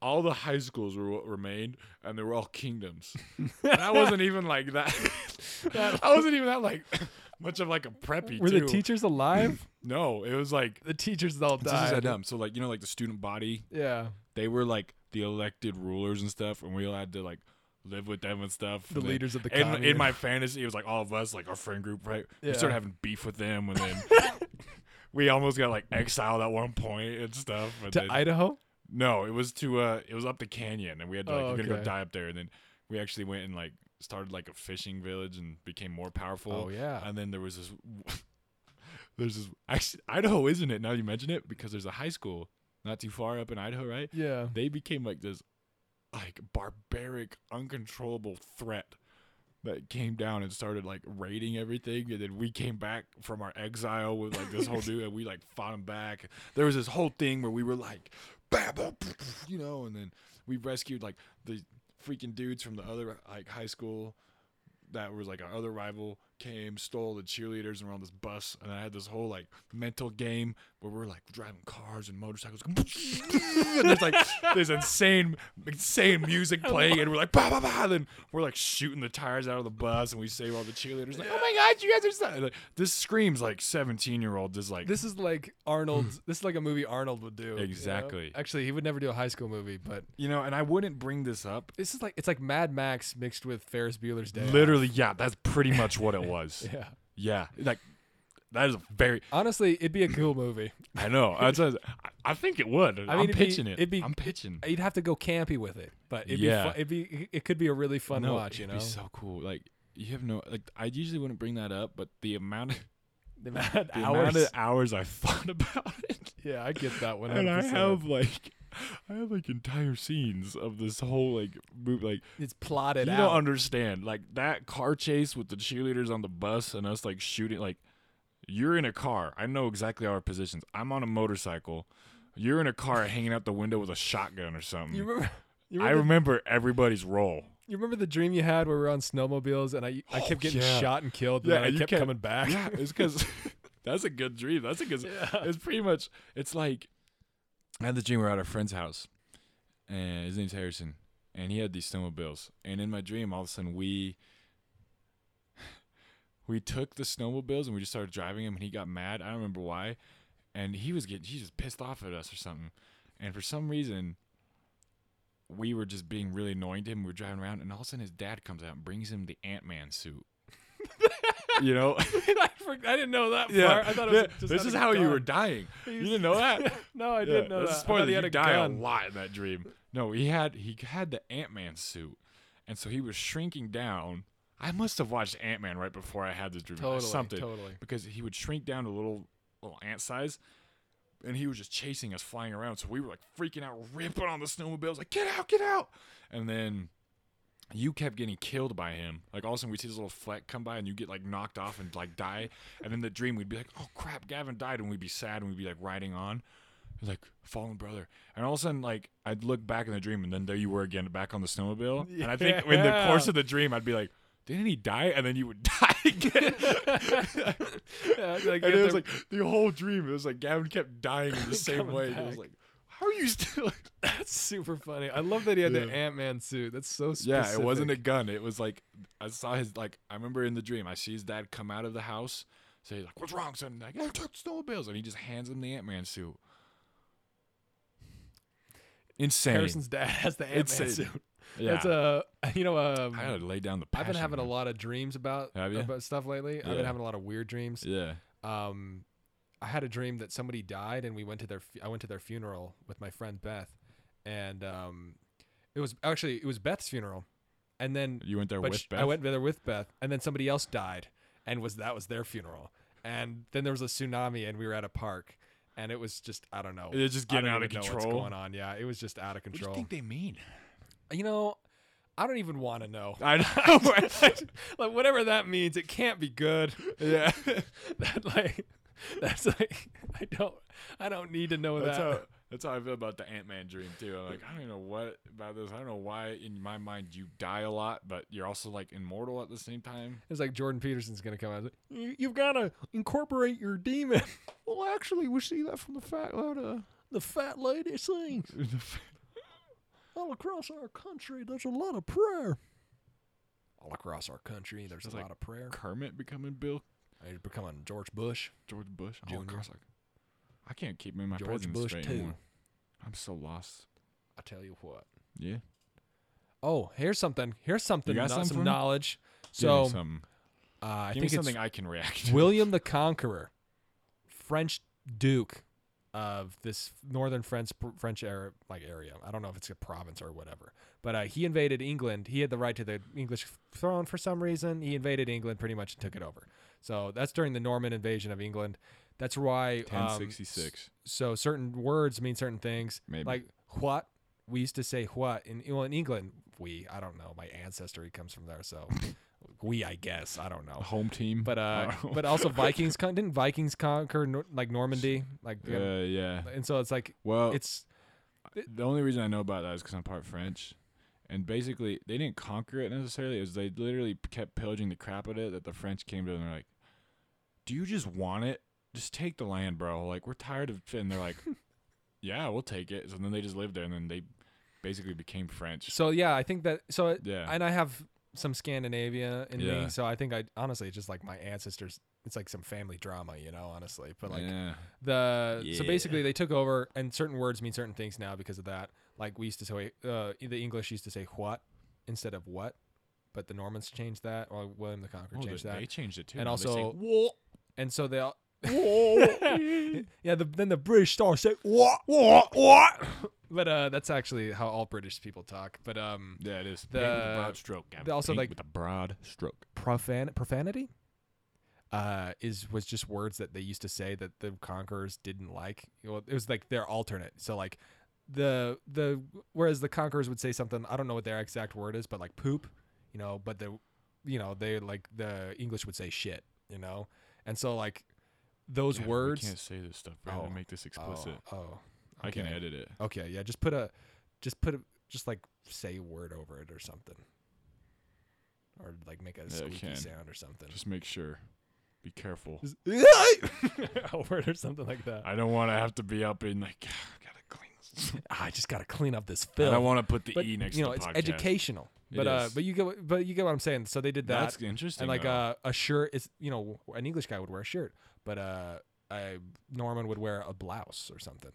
Speaker 1: All the high schools were remained, and they were all kingdoms. and I wasn't even like that. I wasn't even that like much of like a preppy.
Speaker 2: Were
Speaker 1: too.
Speaker 2: the teachers alive?
Speaker 1: No, it was like
Speaker 2: the teachers all
Speaker 1: this is
Speaker 2: died.
Speaker 1: dumb. So like you know like the student body,
Speaker 2: Yeah,
Speaker 1: they were like the elected rulers and stuff, and we all had to like live with them and stuff.
Speaker 2: the
Speaker 1: and they-
Speaker 2: leaders of the
Speaker 1: in, in
Speaker 2: commune.
Speaker 1: my fantasy, it was like all of us, like our friend group, right? We
Speaker 2: Yeah.
Speaker 1: started having beef with them, and then we almost got like exiled at one point and stuff. And
Speaker 2: to
Speaker 1: then,
Speaker 2: Idaho.
Speaker 1: no, it was to uh, it was up the canyon, and we had to like
Speaker 2: Oh,
Speaker 1: we're gonna go
Speaker 2: okay.
Speaker 1: die up there, and then we actually went and like started like a fishing village and became more powerful.
Speaker 2: Oh yeah.
Speaker 1: And then there was this. There's this. Actually, Idaho isn't it? Now you mention it because there's a high school not too far up in Idaho, right?
Speaker 2: Yeah.
Speaker 1: They became like this, like barbaric, uncontrollable threat that came down and started like raiding everything. And then we came back from our exile with like this whole dude, and we like fought him back. There was this whole thing where we were like, bah, bah, you know, and then we rescued like the freaking dudes from the other like high school that was like our other rival came, stole the cheerleaders and were on this bus. And I had this whole like mental game where we're like driving cars and motorcycles. and there's like there's insane, insane music playing, and we're like bah bah bah. And then we're like shooting the tires out of the bus, and we save all the cheerleaders. Like oh my god, you guys are so-. Like, this screams like 17 year old just like
Speaker 2: This is like Arnold's. this is like a movie Arnold would do. you know?
Speaker 1: Exactly.
Speaker 2: Actually, he would never do a high school movie, but
Speaker 1: you know. And I wouldn't bring this up.
Speaker 2: this is like it's like Mad Max mixed with Ferris Bueller's Day. Off.
Speaker 1: Literally, yeah, that's pretty much what it was.
Speaker 2: Yeah.
Speaker 1: yeah, like that is a very
Speaker 2: Honestly, it'd be a cool movie.
Speaker 1: I know. That's what I, was- I- I think it would. I
Speaker 2: mean,
Speaker 1: am
Speaker 2: it'd be-
Speaker 1: pitching it.
Speaker 2: it'd be-
Speaker 1: I'm pitching.
Speaker 2: You'd have to go campy with it, but it'd
Speaker 1: Yeah.
Speaker 2: be fun, it'd be it could be a really fun
Speaker 1: No,
Speaker 2: watch. You
Speaker 1: it'd
Speaker 2: know,
Speaker 1: be so cool. Like you have no. Like I usually wouldn't bring that up, but the amount of,
Speaker 2: The amount-
Speaker 1: the
Speaker 2: hours.
Speaker 1: amount of hours I thought about it,
Speaker 2: yeah, I get that one.
Speaker 1: and I have like, I have like entire scenes of this whole like movie. Like
Speaker 2: it's plotted
Speaker 1: you
Speaker 2: out.
Speaker 1: don't understand. Like that car chase with the cheerleaders on the bus and us like shooting. Like you're in a car. I know exactly our positions. I'm on a motorcycle. You're in a car hanging out the window with a shotgun or something.
Speaker 2: you remember? You
Speaker 1: I
Speaker 2: remember,
Speaker 1: remember everybody's role.
Speaker 2: you remember the dream you had where we were on snowmobiles and I I
Speaker 1: Oh,
Speaker 2: kept getting
Speaker 1: yeah.
Speaker 2: shot and killed and
Speaker 1: Yeah,
Speaker 2: then I
Speaker 1: you
Speaker 2: kept
Speaker 1: kept-
Speaker 2: coming back.
Speaker 1: Yeah, it's because that's a good dream. That's a good. It's pretty much. It's like I had the dream. We We're at our friend's house, and his name's Harrison, and he had these snowmobiles. And in my dream, all of a sudden, we we took the snowmobiles and we just started driving him, and he got mad. I don't remember why, and he was getting he just pissed off at us or something. And for some reason, we were just being really annoying to him. We were driving around, and all of a sudden, his dad comes out and brings him the Ant Man suit. you know,
Speaker 2: I, for, I didn't know that
Speaker 1: yeah.
Speaker 2: part. I thought it was
Speaker 1: Th-
Speaker 2: just
Speaker 1: this
Speaker 2: had
Speaker 1: is
Speaker 2: a
Speaker 1: how you
Speaker 2: gun.
Speaker 1: were dying.
Speaker 2: He
Speaker 1: You
Speaker 2: was-
Speaker 1: didn't know that.
Speaker 2: no, I
Speaker 1: Yeah,
Speaker 2: didn't know
Speaker 1: that's a
Speaker 2: that. I
Speaker 1: spoiler.
Speaker 2: thought he had
Speaker 1: you
Speaker 2: a
Speaker 1: die
Speaker 2: gun.
Speaker 1: a lot in that dream. No, he had he had the Ant Man suit, and so he was shrinking down. I must have watched Ant Man right before I had this dream. or
Speaker 2: Totally,
Speaker 1: something
Speaker 2: totally.
Speaker 1: because he would shrink down to little little ant size. And he was just chasing us, flying around. So we were like freaking out, ripping on the snowmobiles, like get out, get out. And then you kept getting killed by him. Like all of a sudden, we see this little fleck come by, and you get like knocked off and like die. And in the dream, we'd be like, "Oh crap, Gavin died," and we'd be sad, and we'd be like riding on, like fallen brother. And all of a sudden, like I'd look back in the dream, and then there you were again, back on the snowmobile. And I think in the
Speaker 2: Yeah.
Speaker 1: course of the dream, I'd be like, "Didn't he die?" And then you would die again.
Speaker 2: Yeah, like,
Speaker 1: and
Speaker 2: get
Speaker 1: it was
Speaker 2: the-
Speaker 1: like the whole dream. It was like Gavin kept dying in the same
Speaker 2: Coming
Speaker 1: way. And It was
Speaker 2: back.
Speaker 1: like, "How are you still?"
Speaker 2: That's super funny. I love that he had the
Speaker 1: Yeah.
Speaker 2: Ant Man suit. That's so
Speaker 1: Yeah,
Speaker 2: specific.
Speaker 1: it wasn't a gun. It was like I saw his like I remember in the dream I see his dad come out of the house, say like, "What's wrong, son?" And Like, "I took snowmobiles," and he just hands him the Ant Man suit. Insane.
Speaker 2: Harrison's dad has the Ant Man
Speaker 1: Insane.
Speaker 2: suit.
Speaker 1: yeah.
Speaker 2: That's a you know um,
Speaker 1: I gotta lay down the.
Speaker 2: I've been
Speaker 1: passion,
Speaker 2: having a
Speaker 1: man.
Speaker 2: lot of dreams about
Speaker 1: Have you?
Speaker 2: about stuff lately. I've
Speaker 1: Yeah.
Speaker 2: been having a lot of weird dreams.
Speaker 1: Yeah.
Speaker 2: Um, I had a dream that somebody died, and we went to their fu- I went to their funeral with my friend Beth, and um, it was actually it was Beth's funeral, and then
Speaker 1: You went there
Speaker 2: but
Speaker 1: with
Speaker 2: sh-
Speaker 1: Beth.
Speaker 2: I went there with Beth, and then somebody else died, and was that was their funeral, and then there was a tsunami, and we were at a park, and it was just I don't know.
Speaker 1: It's just
Speaker 2: I
Speaker 1: getting
Speaker 2: don't
Speaker 1: out of
Speaker 2: even know
Speaker 1: control.
Speaker 2: What's going on? Yeah, it was just out
Speaker 1: What
Speaker 2: of
Speaker 1: do
Speaker 2: control.
Speaker 1: you think they mean?
Speaker 2: you know, I don't even want to know.
Speaker 1: I know. right?
Speaker 2: like whatever that means, it can't be good.
Speaker 1: yeah.
Speaker 2: that like that's like I don't I don't need to know
Speaker 1: That's
Speaker 2: that.
Speaker 1: how that's how I feel about the Ant Man dream too. I'm like, I don't even know what about this. I don't know why in my mind you die a lot, but you're also like immortal at the same time.
Speaker 2: It's like Jordan Peterson's gonna come out. Like, "You- You've got to incorporate your demon.
Speaker 1: Well, actually, we see that from the fact
Speaker 3: uh,
Speaker 1: that
Speaker 2: The fat lady sings
Speaker 1: uh,
Speaker 2: all across our country. There's a lot of prayer. All across our country, there's
Speaker 1: Sounds
Speaker 2: a
Speaker 1: like-
Speaker 2: lot of prayer.
Speaker 1: Kermit becoming Bill
Speaker 2: He's becoming George Bush.
Speaker 1: George Bush.
Speaker 2: Junior.
Speaker 1: Jr. I can't keep me in my
Speaker 2: George
Speaker 1: presidents
Speaker 2: Bush
Speaker 1: straight
Speaker 2: too.
Speaker 1: anymore. I'm so lost.
Speaker 2: I tell you what.
Speaker 1: Yeah.
Speaker 2: Oh, here's something. Here's something.
Speaker 1: got
Speaker 2: not-
Speaker 1: something for
Speaker 2: some
Speaker 1: me?
Speaker 2: knowledge.
Speaker 1: Give
Speaker 2: So
Speaker 1: me something.
Speaker 2: uh, I
Speaker 1: Give me
Speaker 2: think it's
Speaker 1: something I can react. to.
Speaker 2: William the Conqueror, French Duke, of this northern French French era, like area. I don't know if it's a province or whatever, but uh, he invaded England. He had the right to the English throne for some reason. He invaded England pretty much and took it over. So that's during the Norman invasion of England. That's why um,
Speaker 1: 1066.
Speaker 2: so certain words mean certain things.
Speaker 1: Maybe.
Speaker 2: Like what we used to say what in well in England we I don't know my ancestry comes from there so we I guess I don't know.
Speaker 1: home team.
Speaker 2: But uh,
Speaker 1: I don't know.
Speaker 2: but also Vikings con- didn't Vikings conquer Nor- like Normandy like
Speaker 1: Uh, yeah. Oh.
Speaker 2: and so it's um, like
Speaker 1: Well,
Speaker 2: it's
Speaker 1: the only reason I know about that is because I'm part French. And basically, they didn't conquer it necessarily. It was they literally p- kept pillaging the crap out of it that the French came to and they're like, Do you just want it? Just take the land, bro. Like, we're tired of it. And they're like, Yeah, we'll take it. So then they just lived there and then they basically became French.
Speaker 2: so yeah I think that so it,
Speaker 1: Yeah.
Speaker 2: and I have some Scandinavia in
Speaker 1: Yeah.
Speaker 2: me so I think I honestly it's just like my ancestors it's like some family drama you know honestly but like
Speaker 1: yeah.
Speaker 2: the so
Speaker 1: Yeah.
Speaker 2: basically they took over and certain words mean certain things now because of that like we used to say uh, the english used to say what instead of what but the normans changed that or william the conqueror
Speaker 1: Oh,
Speaker 2: changed
Speaker 1: they,
Speaker 2: that
Speaker 1: they changed it too.
Speaker 2: and
Speaker 1: Now they say,
Speaker 2: also
Speaker 1: "Whoa,
Speaker 2: and so they all
Speaker 1: whoa."
Speaker 2: yeah the, then the british start saying what what what but uh that's actually how all british people talk but um
Speaker 1: yeah, it is.
Speaker 2: The-
Speaker 1: The, with a broad stroke. I'm
Speaker 2: they also
Speaker 1: pink
Speaker 2: like-
Speaker 1: with a broad stroke.
Speaker 2: profan- profanity uh, is was just words that they used to say that the conquerors didn't like. Well, it was like their alternate. So like the the whereas the conquerors would say something I don't know what their exact word is, but like poop, you know. But the you know they like the English would say shit, you know. And so like those
Speaker 1: Yeah,
Speaker 2: words.
Speaker 1: We can't say this stuff. We're
Speaker 2: Oh,
Speaker 1: gonna make this explicit.
Speaker 2: Oh, oh,
Speaker 1: I can
Speaker 2: okay.
Speaker 1: edit it.
Speaker 2: Okay, yeah, just put a, just put a, just like say a word over it or something, or like make a
Speaker 1: Yeah, you
Speaker 2: squeaky
Speaker 1: can.
Speaker 2: sound or something.
Speaker 1: Just make sure. Be careful.
Speaker 2: Just- a word or something like that. I,
Speaker 1: I don't want to have to be up in like. gotta clean. This.
Speaker 2: just gotta clean up this
Speaker 1: I
Speaker 2: film.
Speaker 1: don't want to put the
Speaker 2: but
Speaker 1: e next.
Speaker 2: you know,
Speaker 1: to
Speaker 2: it's
Speaker 1: podcast.
Speaker 2: educational.
Speaker 1: It
Speaker 2: But uh,
Speaker 1: is.
Speaker 2: but you get what, but you get what I'm saying. So they did that,
Speaker 1: That's interesting.
Speaker 2: and like
Speaker 1: though.
Speaker 2: uh, a shirt is you know an English guy would wear a shirt, but uh, I, Norman would wear a blouse or something.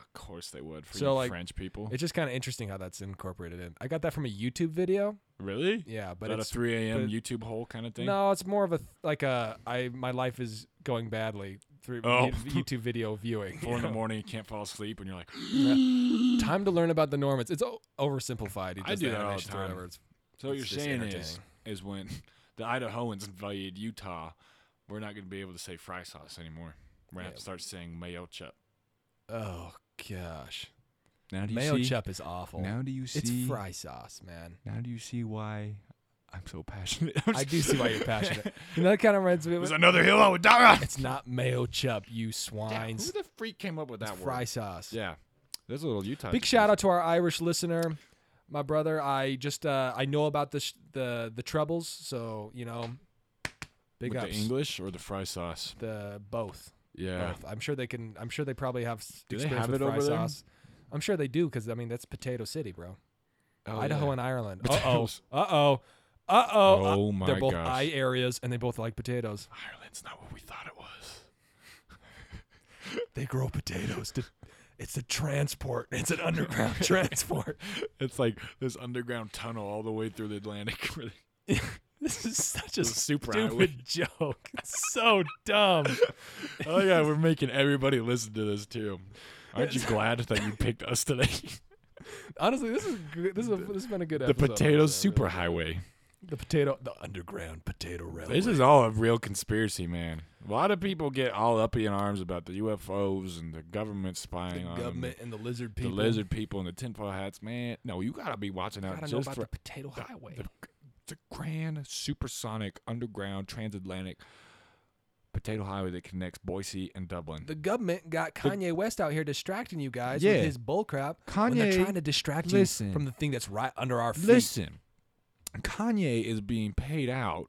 Speaker 1: of course they would for
Speaker 2: so,
Speaker 1: you
Speaker 2: like,
Speaker 1: French people.
Speaker 2: It's just kind of interesting how that's incorporated in. I got that from a YouTube video.
Speaker 1: really?
Speaker 2: Yeah, but
Speaker 1: But at a
Speaker 2: it's
Speaker 1: 3 a.m.
Speaker 2: but-
Speaker 1: YouTube hole kind of thing.
Speaker 2: No, it's more of a th- like a I my life is going badly through
Speaker 1: Oh.
Speaker 2: you- YouTube video viewing.
Speaker 1: Four in the morning, you can't fall asleep, and you're like,
Speaker 2: Time to learn about the Normans. It's o- oversimplified. He
Speaker 1: I
Speaker 2: does
Speaker 1: do
Speaker 2: the
Speaker 1: that all the
Speaker 2: animations or
Speaker 1: time.
Speaker 2: whatever. It's
Speaker 1: So what you're
Speaker 2: It's just
Speaker 1: saying is,
Speaker 2: entertaining.
Speaker 1: is when the Idahoans invaded Utah, we're not going to be able to say fry sauce anymore. We're going to have
Speaker 2: Yeah.
Speaker 1: to start saying mayo chup.
Speaker 2: Oh gosh,
Speaker 1: Now do
Speaker 2: mayo chup is awful.
Speaker 1: do you see?
Speaker 2: it's fry sauce, man.
Speaker 1: Now do you see why I'm so passionate?
Speaker 2: I do see why you're passionate. You know, that kind of reminds me.
Speaker 1: There's
Speaker 2: Of,
Speaker 1: another hill I would die on.
Speaker 2: it's not mayo chup, you
Speaker 1: Damn, who
Speaker 2: swines.
Speaker 1: the freak came up with that
Speaker 2: it's fry
Speaker 1: word?
Speaker 2: sauce.
Speaker 1: Yeah, there's a little Utah.
Speaker 2: Big shout out to our Irish listener, my brother. I just uh, I know about this the the troubles, so you know, big
Speaker 1: with the
Speaker 2: ups.
Speaker 1: English or the fry sauce.
Speaker 2: the both.
Speaker 1: Yeah,
Speaker 2: Both. I'm sure they can. I'm sure they probably have. s-
Speaker 1: Do they
Speaker 2: experience
Speaker 1: have
Speaker 2: with
Speaker 1: it
Speaker 2: fry
Speaker 1: over there?
Speaker 2: sauce. I'm sure they do because I mean that's Potato City, bro.
Speaker 1: Oh,
Speaker 2: Idaho
Speaker 1: yeah.
Speaker 2: and Ireland. Uh oh.
Speaker 1: Potatoes.
Speaker 2: Uh oh. Uh oh.
Speaker 1: Oh my
Speaker 2: They're both
Speaker 1: gosh.
Speaker 2: I areas and they both like potatoes.
Speaker 1: Ireland's not what we thought it was.
Speaker 2: They grow potatoes. To, it's a transport. It's an underground transport.
Speaker 1: It's like this underground tunnel all the way through the Atlantic. Where they
Speaker 2: This is such a
Speaker 1: It's a super
Speaker 2: stupid joke. It's so dumb.
Speaker 1: Oh yeah, we're making everybody listen to this too. Aren't you glad that you picked us today?
Speaker 2: Honestly, this is good. This, is a, this has been a good
Speaker 1: the
Speaker 2: episode.
Speaker 1: potato
Speaker 2: honestly.
Speaker 1: superhighway.
Speaker 2: The potato. The underground potato railway.
Speaker 1: This is all a real conspiracy, man. A lot of people get all uppy in arms about the UFOs and the government spying on
Speaker 2: the
Speaker 1: them,
Speaker 2: government and the lizard
Speaker 1: the
Speaker 2: people.
Speaker 1: lizard people, and the tinfoil hats. Man, no, you gotta be watching out
Speaker 2: Gotta know
Speaker 1: just
Speaker 2: about
Speaker 1: for
Speaker 2: the potato highway.
Speaker 1: the, the grand supersonic underground transatlantic potato highway that connects Boise and Dublin.
Speaker 2: The government got Kanye West out here distracting you guys
Speaker 1: Yeah.
Speaker 2: with his bull crap. when they're
Speaker 1: Kanye,
Speaker 2: trying to distract you
Speaker 1: listen.
Speaker 2: from the thing that's right under our feet.
Speaker 1: Listen, Kanye is being paid out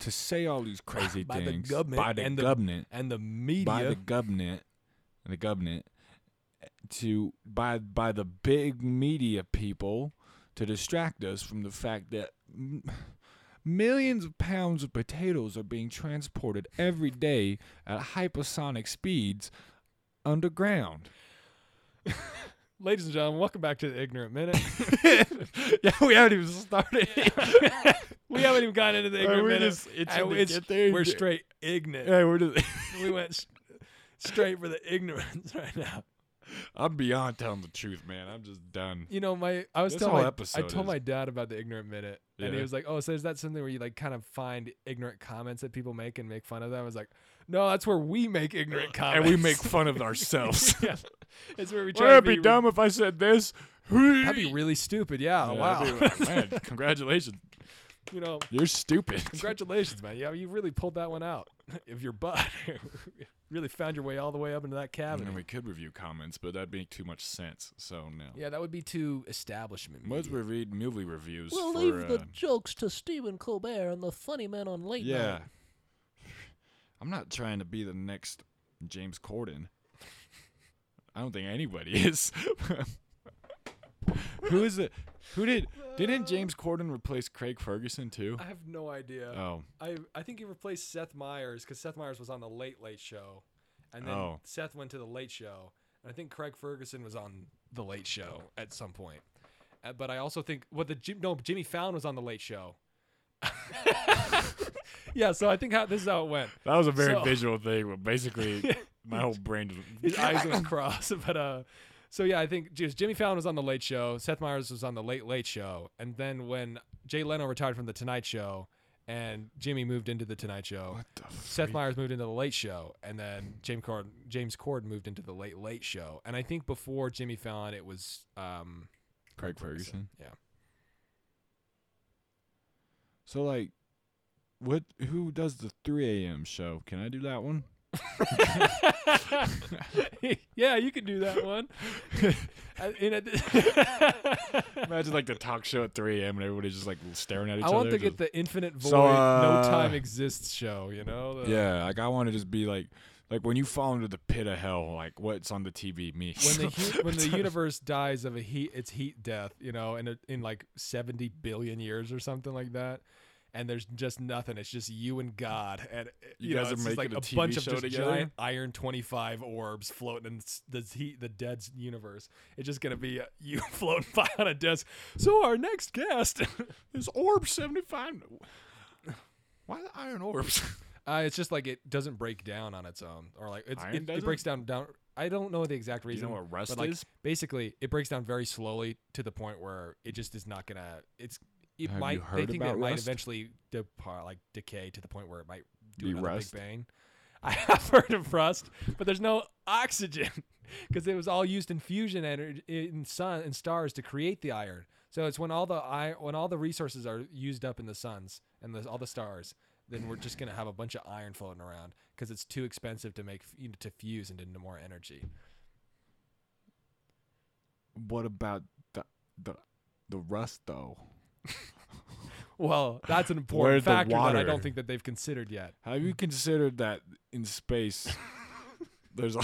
Speaker 1: to say all these crazy
Speaker 2: Ah, By the
Speaker 1: things
Speaker 2: government
Speaker 1: by the
Speaker 2: and the
Speaker 1: government,
Speaker 2: And the media.
Speaker 1: by the government, the government, to by by the big media people to distract us from the fact that. m- Millions of pounds of potatoes are being transported every day at hypersonic speeds underground.
Speaker 2: Ladies and gentlemen, welcome back to the Ignorant Minute.
Speaker 1: yeah, we haven't even started.
Speaker 2: we haven't even gotten into the
Speaker 1: Are
Speaker 2: Ignorant
Speaker 1: we
Speaker 2: Minute.
Speaker 1: just itching
Speaker 2: And
Speaker 1: to
Speaker 2: it's-
Speaker 1: get there?
Speaker 2: We're straight ignorant.
Speaker 1: Yeah, we're just
Speaker 2: we went. s- straight for the ignorance right now.
Speaker 1: I'm beyond telling the truth, man. I'm just done.
Speaker 2: You know, my I was
Speaker 1: This
Speaker 2: telling
Speaker 1: whole
Speaker 2: my, I
Speaker 1: episode
Speaker 2: told
Speaker 1: is-
Speaker 2: my dad about the ignorant minute, and he
Speaker 1: Yeah.
Speaker 2: was like, "Oh, so is that something where you like kind of find ignorant comments that people make and make fun of them?" I was like, "No, that's where we make ignorant
Speaker 1: And
Speaker 2: comments,
Speaker 1: we make fun of ourselves.
Speaker 2: yeah, it's where we try
Speaker 1: Wouldn't
Speaker 2: to
Speaker 1: it be dumb if I said this?
Speaker 2: That'd be really stupid. Yeah,
Speaker 1: Yeah,
Speaker 2: Oh, wow.
Speaker 1: that'd be- man, congratulations.
Speaker 2: you know,
Speaker 1: You're stupid.
Speaker 2: congratulations, man. Yeah, you really pulled that one out of your butt. really found your way all the way up into that
Speaker 1: And
Speaker 2: cabinet.
Speaker 1: we could review comments, but that'd make too much sense. So no.
Speaker 2: yeah, that would be too establishment.
Speaker 1: Let's
Speaker 2: media.
Speaker 1: read movie reviews.
Speaker 3: We'll
Speaker 1: for,
Speaker 3: leave the
Speaker 1: uh,
Speaker 3: jokes to Stephen Colbert and the funny men on late
Speaker 1: Yeah.
Speaker 3: night.
Speaker 1: I'm not trying to be the next James Corden. I don't think anybody is. Who is it? Who did? Didn't James Corden replace Craig Ferguson too?
Speaker 2: I have no idea.
Speaker 1: Oh,
Speaker 2: I I think he replaced Seth Meyers because Seth Meyers was on the Late Late Show, and then
Speaker 1: Oh.
Speaker 2: Seth went to the Late Show, and I think Craig Ferguson was on the Late Show at some point. Uh, but I also think what the Jim, no Jimmy Fallon was on the Late Show. yeah, so I think how this is how it went.
Speaker 1: that was a very
Speaker 2: So-
Speaker 1: visual thing. But basically, my whole brain.
Speaker 2: His eyes was crossed, but uh. So yeah, I think just Jimmy Fallon was on the Late Show, Seth Meyers was on the Late Late Show, and then when Jay Leno retired from the Tonight Show, and Jimmy moved into the Tonight Show,
Speaker 1: What the
Speaker 2: Seth
Speaker 1: freak?
Speaker 2: Meyers moved into the Late Show, and then James Corden, James Corden moved into the Late Late Show. And I think before Jimmy Fallon, it was um,
Speaker 1: Craig Ferguson.
Speaker 2: Yeah,
Speaker 1: So like, what? Who does the 3 a.m. show? Can I do that one?
Speaker 2: yeah, you could do that one. I, and I did-
Speaker 1: Imagine like the talk show at 3 a.m. and everybody's just like staring at each
Speaker 2: I
Speaker 1: other.
Speaker 2: want to
Speaker 1: just-
Speaker 2: get the infinite void,
Speaker 1: So,
Speaker 2: no
Speaker 1: uh,
Speaker 2: time exists show. You know, the-
Speaker 1: Yeah, like I want to just be like, like when you fall into the pit of hell, like what's on the TV? Me.
Speaker 2: When the hu- when the universe dies of a heat, it's heat death. You know, in a, in like seventy billion years or something like that. And there's just nothing. It's just you and God, and eh, you,
Speaker 1: You
Speaker 2: know,
Speaker 1: guys are
Speaker 2: it's just like
Speaker 1: making
Speaker 2: a,
Speaker 1: a TV
Speaker 2: bunch of
Speaker 1: show
Speaker 2: just
Speaker 1: together?
Speaker 2: giant iron twenty five orbs floating in s- the heat, the dead's universe. It's just gonna be uh, you floating by on a desk. So our next guest,
Speaker 1: this orb seventy five. Why the iron orbs?
Speaker 2: uh, it's just like it doesn't break down on its own, or like it's,
Speaker 1: Iron
Speaker 2: it, it
Speaker 1: doesn't?
Speaker 2: breaks down down. I don't know the exact
Speaker 1: you
Speaker 2: reason.
Speaker 1: know what rust
Speaker 2: but like,
Speaker 1: is?
Speaker 2: basically it breaks down very slowly to the point where it just is not gonna it's it
Speaker 1: Have you
Speaker 2: might they
Speaker 1: heard
Speaker 2: think that it
Speaker 1: about
Speaker 2: might
Speaker 1: rust?
Speaker 2: eventually depart like decay to the point where it might do
Speaker 1: Be
Speaker 2: another
Speaker 1: rust?
Speaker 2: big bang i have heard of rust but there's no oxygen because it was all used in fusion energy in sun and stars to create the iron so it's when all the iron when all the resources are used up in the suns and the, all the stars then we're just gonna have a bunch of iron floating around because it's too expensive to make f- you know, to fuse into more energy
Speaker 1: What about the the the rust though?
Speaker 2: Well, that's an
Speaker 1: Where's
Speaker 2: important
Speaker 1: the
Speaker 2: factor that I
Speaker 1: water?
Speaker 2: don't think that they've considered yet.
Speaker 1: Have you considered that in space? There's a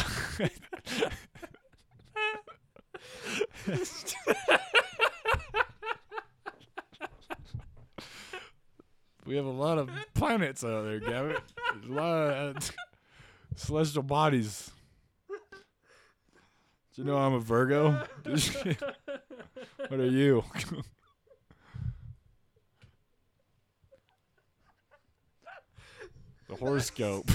Speaker 1: we have a lot of planets out there, Gavin. There's a lot of uh, celestial bodies. Do you know I'm a Virgo? what are you? the horoscope.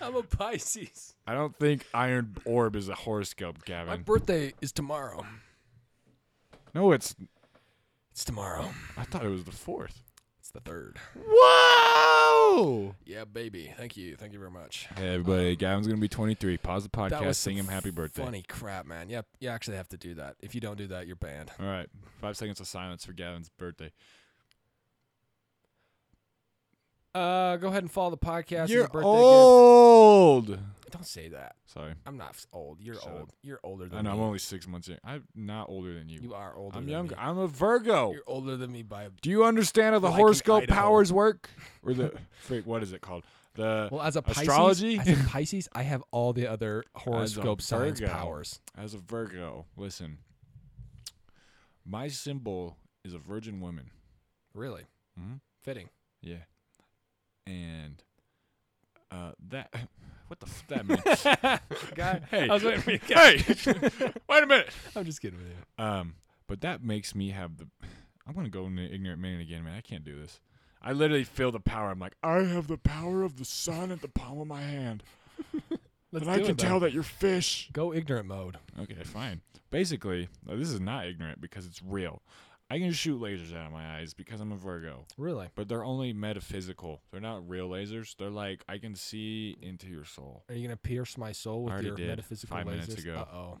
Speaker 2: I'm a Pisces.
Speaker 1: I don't think Iron Orb is a horoscope,
Speaker 2: My
Speaker 1: Gavin.
Speaker 2: birthday is tomorrow.
Speaker 1: No, it's.
Speaker 2: It's tomorrow.
Speaker 1: I thought it was the fourth.
Speaker 2: It's the third.
Speaker 1: Whoa!
Speaker 2: Yeah, baby. Thank you. Thank you very much.
Speaker 1: Hey, everybody. Gavin's going to be 23. Pause the
Speaker 2: Oh. That
Speaker 1: podcast,
Speaker 2: was some
Speaker 1: sing him happy birthday.
Speaker 2: Funny crap, man. Yep. You actually have to do that. If you don't do that, you're banned.
Speaker 1: All right. Five seconds of silence for Gavin's birthday.
Speaker 2: Uh, go ahead and follow the podcast. as a birthday
Speaker 1: old!
Speaker 2: gift. Don't say that.
Speaker 1: Sorry.
Speaker 2: I'm not f- old. You're
Speaker 1: Shut up.
Speaker 2: old. You're older than
Speaker 1: I know, I'm
Speaker 2: me.
Speaker 1: only six months in. I'm not older than you.
Speaker 2: You are older.
Speaker 1: I'm
Speaker 2: than
Speaker 1: younger.
Speaker 2: me.
Speaker 1: I'm a Virgo.
Speaker 2: You're older than me by.
Speaker 1: Do you understand how the
Speaker 2: Like in
Speaker 1: horoscope
Speaker 2: Idaho.
Speaker 1: powers work? Or the. freak, what is it called? The.
Speaker 2: Well, as a Pisces,
Speaker 1: Astrology?
Speaker 2: as a Pisces, I have all the other horoscope science
Speaker 1: Virgo.
Speaker 2: powers.
Speaker 1: As a Virgo, listen. My symbol is a virgin woman.
Speaker 2: Really
Speaker 1: hmm
Speaker 2: fitting.
Speaker 1: Yeah. And uh, that. What the f- that meant?
Speaker 2: Guy,
Speaker 1: Hey.
Speaker 2: I was waiting for you. to-
Speaker 1: hey, wait a minute.
Speaker 2: I'm just kidding with you.
Speaker 1: Um, but that makes me have the. I'm gonna go into ignorant man again, man. I can't do this. I literally feel the power. I'm like, I have the power of the sun at the palm of my hand.
Speaker 2: Let's
Speaker 1: and I
Speaker 2: do
Speaker 1: can
Speaker 2: it, though.
Speaker 1: tell that you're fish.
Speaker 2: Go ignorant mode.
Speaker 1: Okay, fine. Basically, uh, this is not ignorant because it's real. I can shoot lasers out of my eyes because I'm a Virgo,
Speaker 2: Really?
Speaker 1: but they're only metaphysical. They're not real lasers. They're like I can see into your soul.
Speaker 2: Are you gonna pierce my
Speaker 1: I
Speaker 2: soul with
Speaker 1: already
Speaker 2: your
Speaker 1: did,
Speaker 2: metaphysical
Speaker 1: five minutes
Speaker 2: lasers?
Speaker 1: ago.
Speaker 2: Uh oh.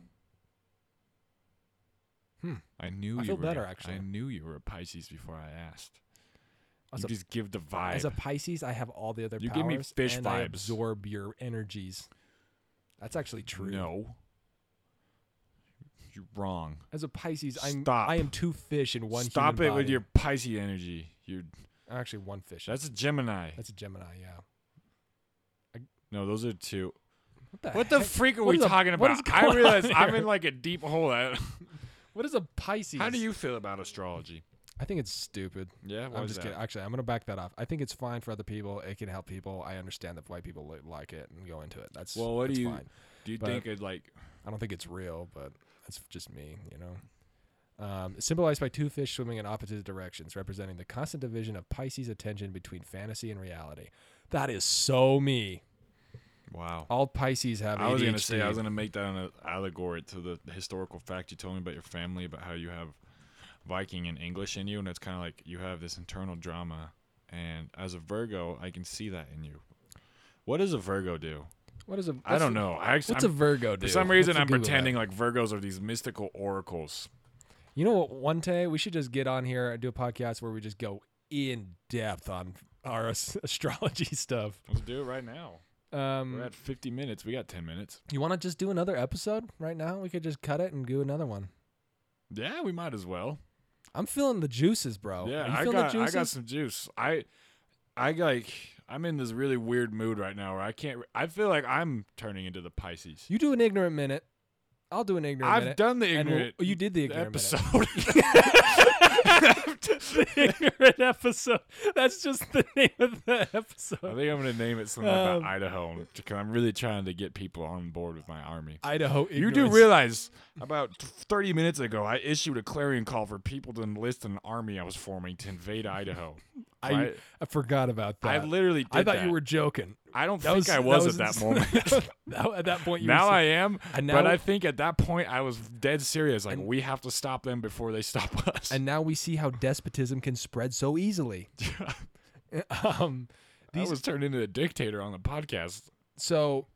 Speaker 1: I knew
Speaker 2: I
Speaker 1: you
Speaker 2: feel
Speaker 1: were,
Speaker 2: better, actually.
Speaker 1: I knew you were a Pisces before I asked.
Speaker 2: As
Speaker 1: you
Speaker 2: a-
Speaker 1: just give the vibe.
Speaker 2: As a Pisces, I have all the other
Speaker 1: You
Speaker 2: powers.
Speaker 1: give me fish
Speaker 2: and I
Speaker 1: vibes.
Speaker 2: absorb your energies. That's actually true.
Speaker 1: No. You're wrong.
Speaker 2: As a Pisces, I'm
Speaker 1: Stop.
Speaker 2: I am two fish in one.
Speaker 1: Stop
Speaker 2: human
Speaker 1: it with
Speaker 2: body.
Speaker 1: your Pisces energy. You
Speaker 2: Actually, one fish.
Speaker 1: that's a Gemini.
Speaker 2: That's a Gemini. Yeah.
Speaker 1: No, those are two.
Speaker 2: What the?
Speaker 1: What the
Speaker 2: heck?
Speaker 1: freak are
Speaker 2: What
Speaker 1: we
Speaker 2: is a-
Speaker 1: talking
Speaker 2: what is
Speaker 1: about? I
Speaker 2: going
Speaker 1: realize
Speaker 2: on
Speaker 1: I'm
Speaker 2: here?
Speaker 1: in like a deep hole. I-
Speaker 2: What is a Pisces?
Speaker 1: How do you feel about astrology?
Speaker 2: I think it's stupid.
Speaker 1: Yeah, why
Speaker 2: I'm
Speaker 1: is
Speaker 2: just
Speaker 1: that?
Speaker 2: kidding. Actually, I'm gonna back that off. I think it's fine for other people. It can help people. I understand that white people li- like it and go into it. That's
Speaker 1: Well, what do
Speaker 2: that's
Speaker 1: you-
Speaker 2: Fine.
Speaker 1: Do you
Speaker 2: But-
Speaker 1: think it like
Speaker 2: I don't think it's real, but that's just me, you know. Um, symbolized by two fish swimming in opposite directions, representing the constant division of Pisces' attention between fantasy and reality. That is so me.
Speaker 1: wow?
Speaker 2: All Pisces have ADHD.
Speaker 1: I was gonna say I was gonna make that an allegory to the historical fact you told me about your family about how you have Viking and English in you, and it's kind of like you have this internal drama. And as a Virgo, I can see that in you. What does a Virgo do?
Speaker 2: what is a?
Speaker 1: I don't
Speaker 2: what's a-
Speaker 1: know. I actually,
Speaker 2: What's a
Speaker 1: I'm-
Speaker 2: Virgo? Do?
Speaker 1: for some reason,
Speaker 2: Let's
Speaker 1: I'm
Speaker 2: Google that.
Speaker 1: pretending like Virgos are these mystical oracles.
Speaker 2: You know what? One day we should just get on here and do a podcast where we just go in depth on our as- astrology stuff.
Speaker 1: Let's do it right now. We're
Speaker 2: Um,
Speaker 1: at 50 minutes. We got 10 minutes.
Speaker 2: you want to just do another episode right now? We could just cut it and do another one.
Speaker 1: Yeah, we might as well.
Speaker 2: I'm feeling the juices, bro. Are
Speaker 1: yeah,
Speaker 2: Oh, you
Speaker 1: I
Speaker 2: feeling
Speaker 1: got
Speaker 2: the
Speaker 1: I
Speaker 2: juices?
Speaker 1: got some juice. I I like I'm in this really weird mood right now where I can't. I feel like I'm turning into the Pisces.
Speaker 2: You do an ignorant minute. I'll do an ignorant
Speaker 1: I've
Speaker 2: minute.
Speaker 1: done the
Speaker 2: and we'll-
Speaker 1: ignorant.
Speaker 2: oh, you did the ignorant minute.
Speaker 1: episode.
Speaker 2: ignorant episode. That's just the name of the
Speaker 1: I
Speaker 2: episode.
Speaker 1: think I'm gonna name it something about
Speaker 2: Um,
Speaker 1: Idaho because I'm really trying to get people on board with my army.
Speaker 2: Idaho. Ignorance.
Speaker 1: You do realize about t- 30 minutes ago, I issued a clarion call for people to enlist in an army I was forming to invade Idaho.
Speaker 2: I,
Speaker 1: right?
Speaker 2: I forgot about that.
Speaker 1: I literally did
Speaker 2: I thought
Speaker 1: that.
Speaker 2: you were joking.
Speaker 1: I don't
Speaker 2: That
Speaker 1: think
Speaker 2: was,
Speaker 1: I was,
Speaker 2: was
Speaker 1: at that moment.
Speaker 2: that- at that point, you
Speaker 1: now
Speaker 2: were,
Speaker 1: I am,
Speaker 2: And
Speaker 1: but
Speaker 2: now-
Speaker 1: I think at that point I was dead serious. Like
Speaker 2: And-
Speaker 1: we have to stop them before they stop us.
Speaker 2: and now we see how despotism can spread so easily. um,
Speaker 1: I
Speaker 2: these
Speaker 1: was turned into a dictator on the podcast.
Speaker 2: So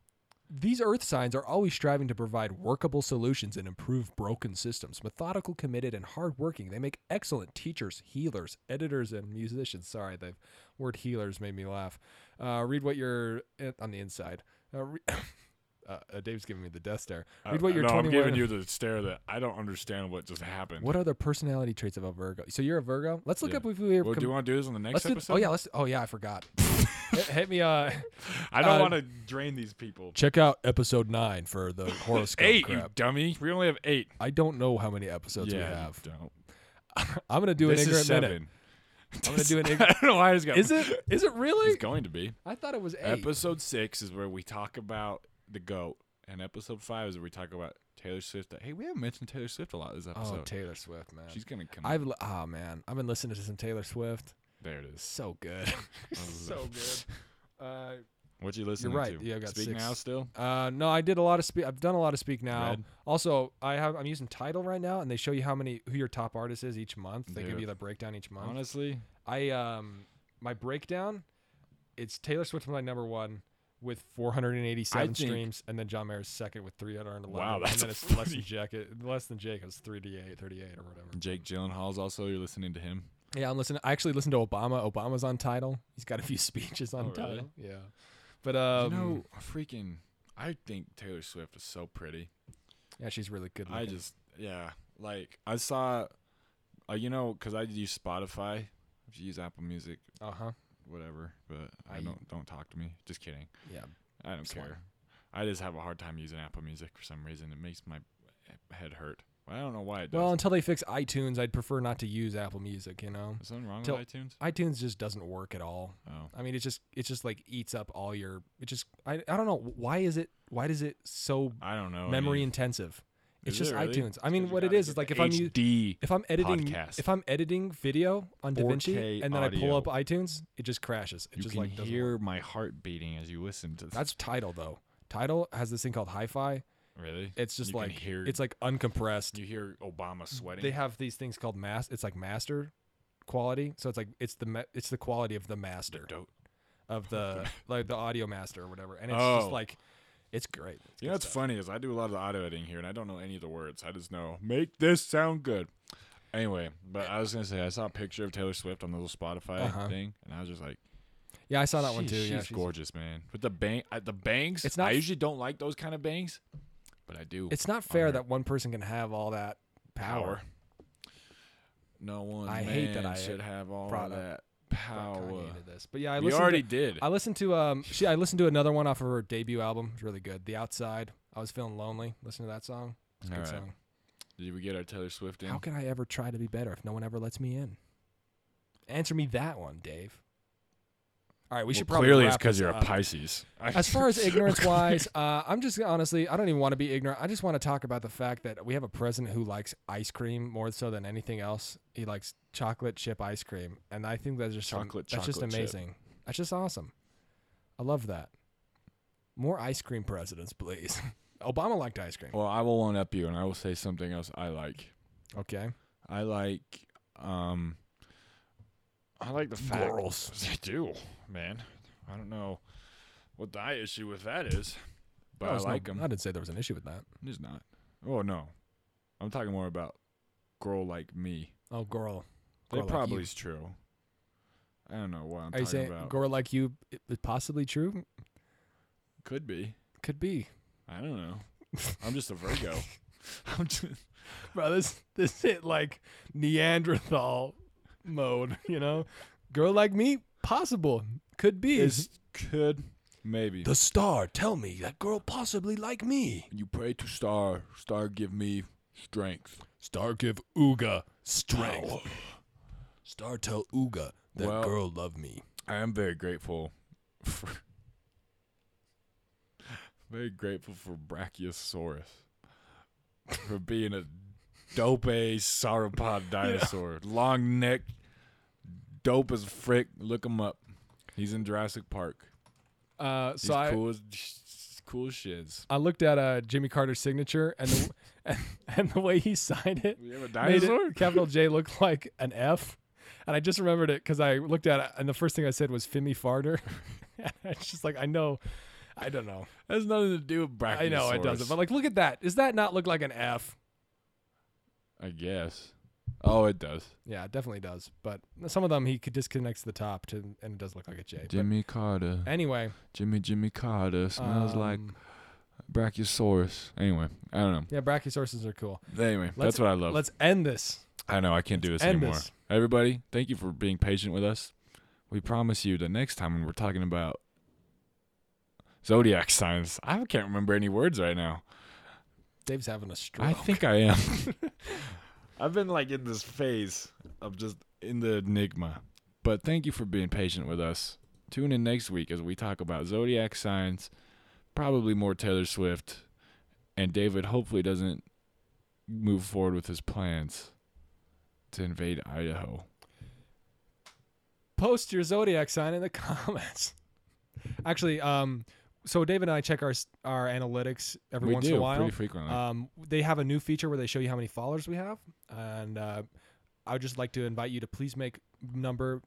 Speaker 2: these earth signs are always striving to provide workable solutions and improve broken systems. Methodical, committed, and hardworking, they make excellent teachers, healers, editors, and musicians. Sorry, the word healers made me laugh. Uh, read what you're eh, on the inside. Uh, re- uh, uh, Dave's giving me the death stare. Read what
Speaker 1: Uh,
Speaker 2: you're
Speaker 1: no, I'm
Speaker 2: 21
Speaker 1: giving you the stare that I don't understand what just happened.
Speaker 2: What are the personality traits of a Virgo? So you're a Virgo. Let's look
Speaker 1: Yeah.
Speaker 2: up if we have.
Speaker 1: Well, do you want to do this on the next
Speaker 2: let's do-
Speaker 1: episode?
Speaker 2: oh yeah. Let's. Oh yeah. I forgot. hit, hit me. Uh,
Speaker 1: I don't
Speaker 2: uh,
Speaker 1: want to drain these people.
Speaker 2: check out episode nine for the horoscope.
Speaker 1: Eight,
Speaker 2: crap.
Speaker 1: you dummy. We only have eight.
Speaker 2: I don't know how many episodes we
Speaker 1: you
Speaker 2: have.
Speaker 1: Don't.
Speaker 2: I'm gonna do
Speaker 1: this
Speaker 2: an
Speaker 1: is
Speaker 2: ignorant
Speaker 1: seven.
Speaker 2: minute. I'm gonna do an
Speaker 1: I
Speaker 2: ignorant.
Speaker 1: don't know why it's got.
Speaker 2: is it? Is it
Speaker 1: It's
Speaker 2: really?
Speaker 1: going to be.
Speaker 2: I thought it was eight.
Speaker 1: Episode six is where we talk about the goat, and episode five is where we talk about Taylor Swift. Hey, we haven't mentioned Taylor Swift a lot this
Speaker 2: oh,
Speaker 1: episode.
Speaker 2: Taylor Swift, man.
Speaker 1: She's gonna come.
Speaker 2: I've li- oh man, I've been listening to some Taylor Swift.
Speaker 1: there it is.
Speaker 2: So good, so good. Uh,
Speaker 1: What you listening
Speaker 2: right.
Speaker 1: to?
Speaker 2: Yeah, I got
Speaker 1: Speak
Speaker 2: six.
Speaker 1: now still.
Speaker 2: uh, no, I did a lot of speak. I've done a lot of speak now.
Speaker 1: Red.
Speaker 2: Also, I have. I'm using Title right now, and they show you how many who your top artist is each month. They give
Speaker 1: Dude.
Speaker 2: you the breakdown each month.
Speaker 1: Honestly,
Speaker 2: I um my breakdown, it's Taylor Swift my number one with 487
Speaker 1: think-
Speaker 2: streams, and then John Mayer's second with 311.
Speaker 1: Wow, that's
Speaker 2: and then
Speaker 1: a
Speaker 2: it's less than
Speaker 1: pretty-
Speaker 2: Jacket, less than Jacob's 38, 38 or whatever.
Speaker 1: Jake Gyllenhaal's also. You're listening to him.
Speaker 2: Yeah, I'm listening. I actually listened to Obama. Obama's on title. He's got a few speeches on
Speaker 1: Oh, really?
Speaker 2: title. Yeah, but um,
Speaker 1: you know, freaking. I think Taylor Swift is so pretty.
Speaker 2: yeah, she's really good.
Speaker 1: I
Speaker 2: looking.
Speaker 1: just, yeah. Like, I saw, uh, you know, because I use Spotify. If you use Apple Music,
Speaker 2: uh huh.
Speaker 1: whatever. But I,
Speaker 2: I-
Speaker 1: don't, don't talk to me. Just kidding.
Speaker 2: Yeah,
Speaker 1: I don't
Speaker 2: Slut.
Speaker 1: care. I just have a hard time using Apple Music for some reason. It makes my head hurt. I don't know why it does.
Speaker 2: Well, until they fix iTunes, I'd prefer not to use Apple Music. You know,
Speaker 1: is something wrong
Speaker 2: till-
Speaker 1: with iTunes?
Speaker 2: iTunes just doesn't work at all.
Speaker 1: Oh,
Speaker 2: I mean, it just it just like eats up all your. It just I I don't know why is it why does it so
Speaker 1: I don't know.
Speaker 2: memory
Speaker 1: dude.
Speaker 2: intensive? It's
Speaker 1: Oh, Is
Speaker 2: just
Speaker 1: it really?
Speaker 2: iTunes. I mean,
Speaker 1: you
Speaker 2: what it
Speaker 1: gotta
Speaker 2: is
Speaker 1: get
Speaker 2: is
Speaker 1: the
Speaker 2: like if I'm u-
Speaker 1: HD.
Speaker 2: if I'm editing
Speaker 1: podcast.
Speaker 2: if I'm editing video on DaVinci
Speaker 1: 4K
Speaker 2: and then I pull up
Speaker 1: audio.
Speaker 2: iTunes, it just crashes. It
Speaker 1: you
Speaker 2: just
Speaker 1: can
Speaker 2: like doesn't work.
Speaker 1: hear my heart beating as you listen to this.
Speaker 2: that's title though. Title has this thing called hi-fi.
Speaker 1: Really?
Speaker 2: It's just
Speaker 1: You can
Speaker 2: like
Speaker 1: hear-
Speaker 2: it's like uncompressed.
Speaker 1: You hear Obama sweating.
Speaker 2: They have these things called mas. It's like master quality. So it's like it's the ma- it's the quality of the master
Speaker 1: Dope.
Speaker 2: of the like the audio master or whatever. And it's
Speaker 1: Oh.
Speaker 2: just like it's great. It's
Speaker 1: You
Speaker 2: good
Speaker 1: know what's
Speaker 2: stuff.
Speaker 1: funny is I do a lot of the audio editing here, and I don't know any of the words. I just know make this sound good. Anyway, but I was gonna say I saw a picture of Taylor Swift on the little Spotify
Speaker 2: Uh-huh.
Speaker 1: thing, and I was just like,
Speaker 2: Yeah, I saw that one
Speaker 1: "She-
Speaker 2: too.
Speaker 1: She's
Speaker 2: yeah, she's-
Speaker 1: gorgeous, man. But the bang, I, the bangs.
Speaker 2: It's
Speaker 1: It's
Speaker 2: not
Speaker 1: not. I
Speaker 2: f-
Speaker 1: usually don't like those kind of bangs, but I do.
Speaker 2: It's not fair
Speaker 1: her.
Speaker 2: that one person can have all that power.
Speaker 1: No one.
Speaker 2: I
Speaker 1: man
Speaker 2: hate that I
Speaker 1: should have all
Speaker 2: brought up
Speaker 1: that
Speaker 2: But Kanye
Speaker 1: power.
Speaker 2: did this. But yeah, I
Speaker 1: We
Speaker 2: listened
Speaker 1: already
Speaker 2: to,
Speaker 1: did.
Speaker 2: I listened to um she I listened to another one off of her debut album. It's really good. The Outside. I was feeling lonely. Listen to that song. It's a good
Speaker 1: All right.
Speaker 2: song.
Speaker 1: Did we get our Taylor Swift in?
Speaker 2: How can I ever try to be better if no one ever lets me in? Answer me that one, Dave. All right, we
Speaker 1: Well,
Speaker 2: should probably
Speaker 1: clearly it's
Speaker 2: wrap this
Speaker 1: because you're a
Speaker 2: up.
Speaker 1: Pisces.
Speaker 2: As far as ignorance wise, uh, I'm just honestly, I don't even want to be ignorant. I just want to talk about the fact that we have a president who likes ice cream more so than anything else. He likes chocolate chip ice cream, and I think that's just am-
Speaker 1: Chocolate
Speaker 2: that's just
Speaker 1: chocolate chip.
Speaker 2: amazing. That's just awesome. I love that. More ice cream presidents, please. Obama liked ice cream.
Speaker 1: well, I will one up you, and I will say something else I like.
Speaker 2: Okay.
Speaker 1: I like um I like the fact
Speaker 2: Girls.
Speaker 1: I do, man. I don't know what the eye issue with that is, but
Speaker 2: No,
Speaker 1: I
Speaker 2: it's no-
Speaker 1: like them.
Speaker 2: I didn't say there was an issue with that.
Speaker 1: It's not. Oh no, I'm talking more about girl like me.
Speaker 2: Oh, girl.
Speaker 1: That
Speaker 2: Girl like
Speaker 1: probably
Speaker 2: you.
Speaker 1: is true. I don't know what I'm
Speaker 2: Are you
Speaker 1: talking
Speaker 2: saying
Speaker 1: about.
Speaker 2: girl like you i- is possibly true?
Speaker 1: Could be.
Speaker 2: Could be.
Speaker 1: I don't know. I'm just a Virgo. I'm just,
Speaker 2: bro. This this hit like Neanderthal mode, you know. Girl like me, possible, could be.
Speaker 1: it's could maybe.
Speaker 2: the star tell me that girl possibly like me?
Speaker 1: you pray to star. Star give me strength.
Speaker 2: Star give Uga strength. Star tell Uga
Speaker 1: that Well- girl
Speaker 2: love me.
Speaker 1: I am very grateful for very grateful for Brachiosaurus for being a dope ass sauropod dinosaur. Long neck, dope as frick. Look him up. He's in Jurassic Park.
Speaker 2: Uh,
Speaker 1: He's
Speaker 2: so I
Speaker 1: cool as cool as shiz.
Speaker 2: I looked at uh Jimmy Carter's signature and the, and, and the way he signed it
Speaker 1: We have a
Speaker 2: made it-
Speaker 1: dinosaur?
Speaker 2: capital J looked like an F. And I just remembered it because I looked at it, and the first thing I said was Fimmy Farter. and it's just like, I know, I don't know.
Speaker 1: That's nothing to do with Brachiosaurus.
Speaker 2: I know it doesn't, but like, look at that. Does that not look like an F?
Speaker 1: I guess. Oh, it does.
Speaker 2: Yeah, it definitely does. But some of them he could disconnects the top to, and it does look like a J. But
Speaker 1: Jimmy Carter.
Speaker 2: anyway,
Speaker 1: Jimmy Jimmy Carter smells like
Speaker 2: um,
Speaker 1: Brachiosaurus. Anyway, I don't know.
Speaker 2: yeah, brachiosaurses are cool.
Speaker 1: Anyway,
Speaker 2: Let's-
Speaker 1: that's what I love.
Speaker 2: Let's end this.
Speaker 1: I know I can't do this
Speaker 2: end
Speaker 1: Oh. anymore.
Speaker 2: this.
Speaker 1: Everybody, thank you for being patient with us. We promise you the next time when we're talking about zodiac signs, I can't remember any words right now.
Speaker 2: Dave's having a stroke.
Speaker 1: I think I am. I've been like in this phase of just in the enigma. But thank you for being patient with us. Tune in next week as we talk about zodiac signs, probably more Taylor Swift, and David hopefully doesn't move forward with his plans to invade Idaho.
Speaker 2: post your zodiac sign in the comments. Actually, um, so Dave and I check our s- our analytics every
Speaker 1: we
Speaker 2: once
Speaker 1: do
Speaker 2: in a while.
Speaker 1: pretty uh, frequently.
Speaker 2: Um, they have a new feature where they show you how many followers we have, and uh, I would just like to invite you to please make number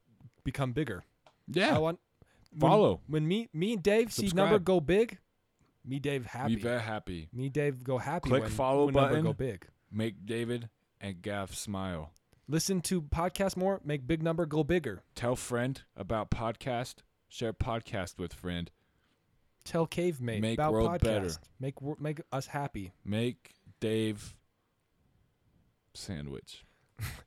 Speaker 2: become bigger. I
Speaker 1: yeah,
Speaker 2: want when-
Speaker 1: follow.
Speaker 2: when, me me and Dave see number
Speaker 1: Subscribe.
Speaker 2: go big. Me Dave happy.
Speaker 1: Be very happy.
Speaker 2: Me Dave go happy.
Speaker 1: Click
Speaker 2: when,
Speaker 1: follow
Speaker 2: when
Speaker 1: button.
Speaker 2: Number go big.
Speaker 1: Make David and Gaff smile.
Speaker 2: Listen to podcast more. Make big number go bigger.
Speaker 1: Tell friend about podcast. Share podcast with friend.
Speaker 2: Tell Cavemate
Speaker 1: Make
Speaker 2: about
Speaker 1: world
Speaker 2: podcast.
Speaker 1: better.
Speaker 2: Make wor- make us happy.
Speaker 1: Make Dave sandwich.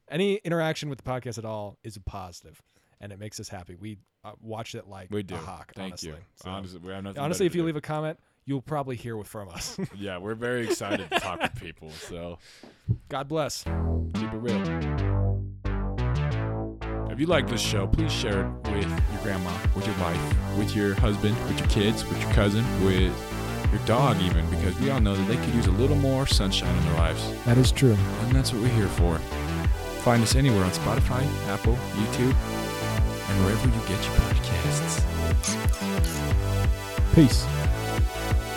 Speaker 2: any interaction with the podcast at all is a positive and it makes us happy we uh, watch it like
Speaker 1: We do.
Speaker 2: a hawk
Speaker 1: Thank
Speaker 2: honestly
Speaker 1: you.
Speaker 2: So-
Speaker 1: honestly, we have nothing better
Speaker 2: honestly if
Speaker 1: to
Speaker 2: you
Speaker 1: do.
Speaker 2: leave a comment you'll probably hear what- from us
Speaker 1: yeah, we're very excited to talk to people. So
Speaker 2: god bless
Speaker 1: keep it real. If you like this show, please share it with your grandma, with your wife, with your husband, with your kids, with your cousin, with your dog, even because we all know that they could use a little more sunshine in their lives.
Speaker 2: that is true
Speaker 1: And that's what we're here for. Find us anywhere on Spotify, Apple, YouTube, and wherever you get your podcasts.
Speaker 2: peace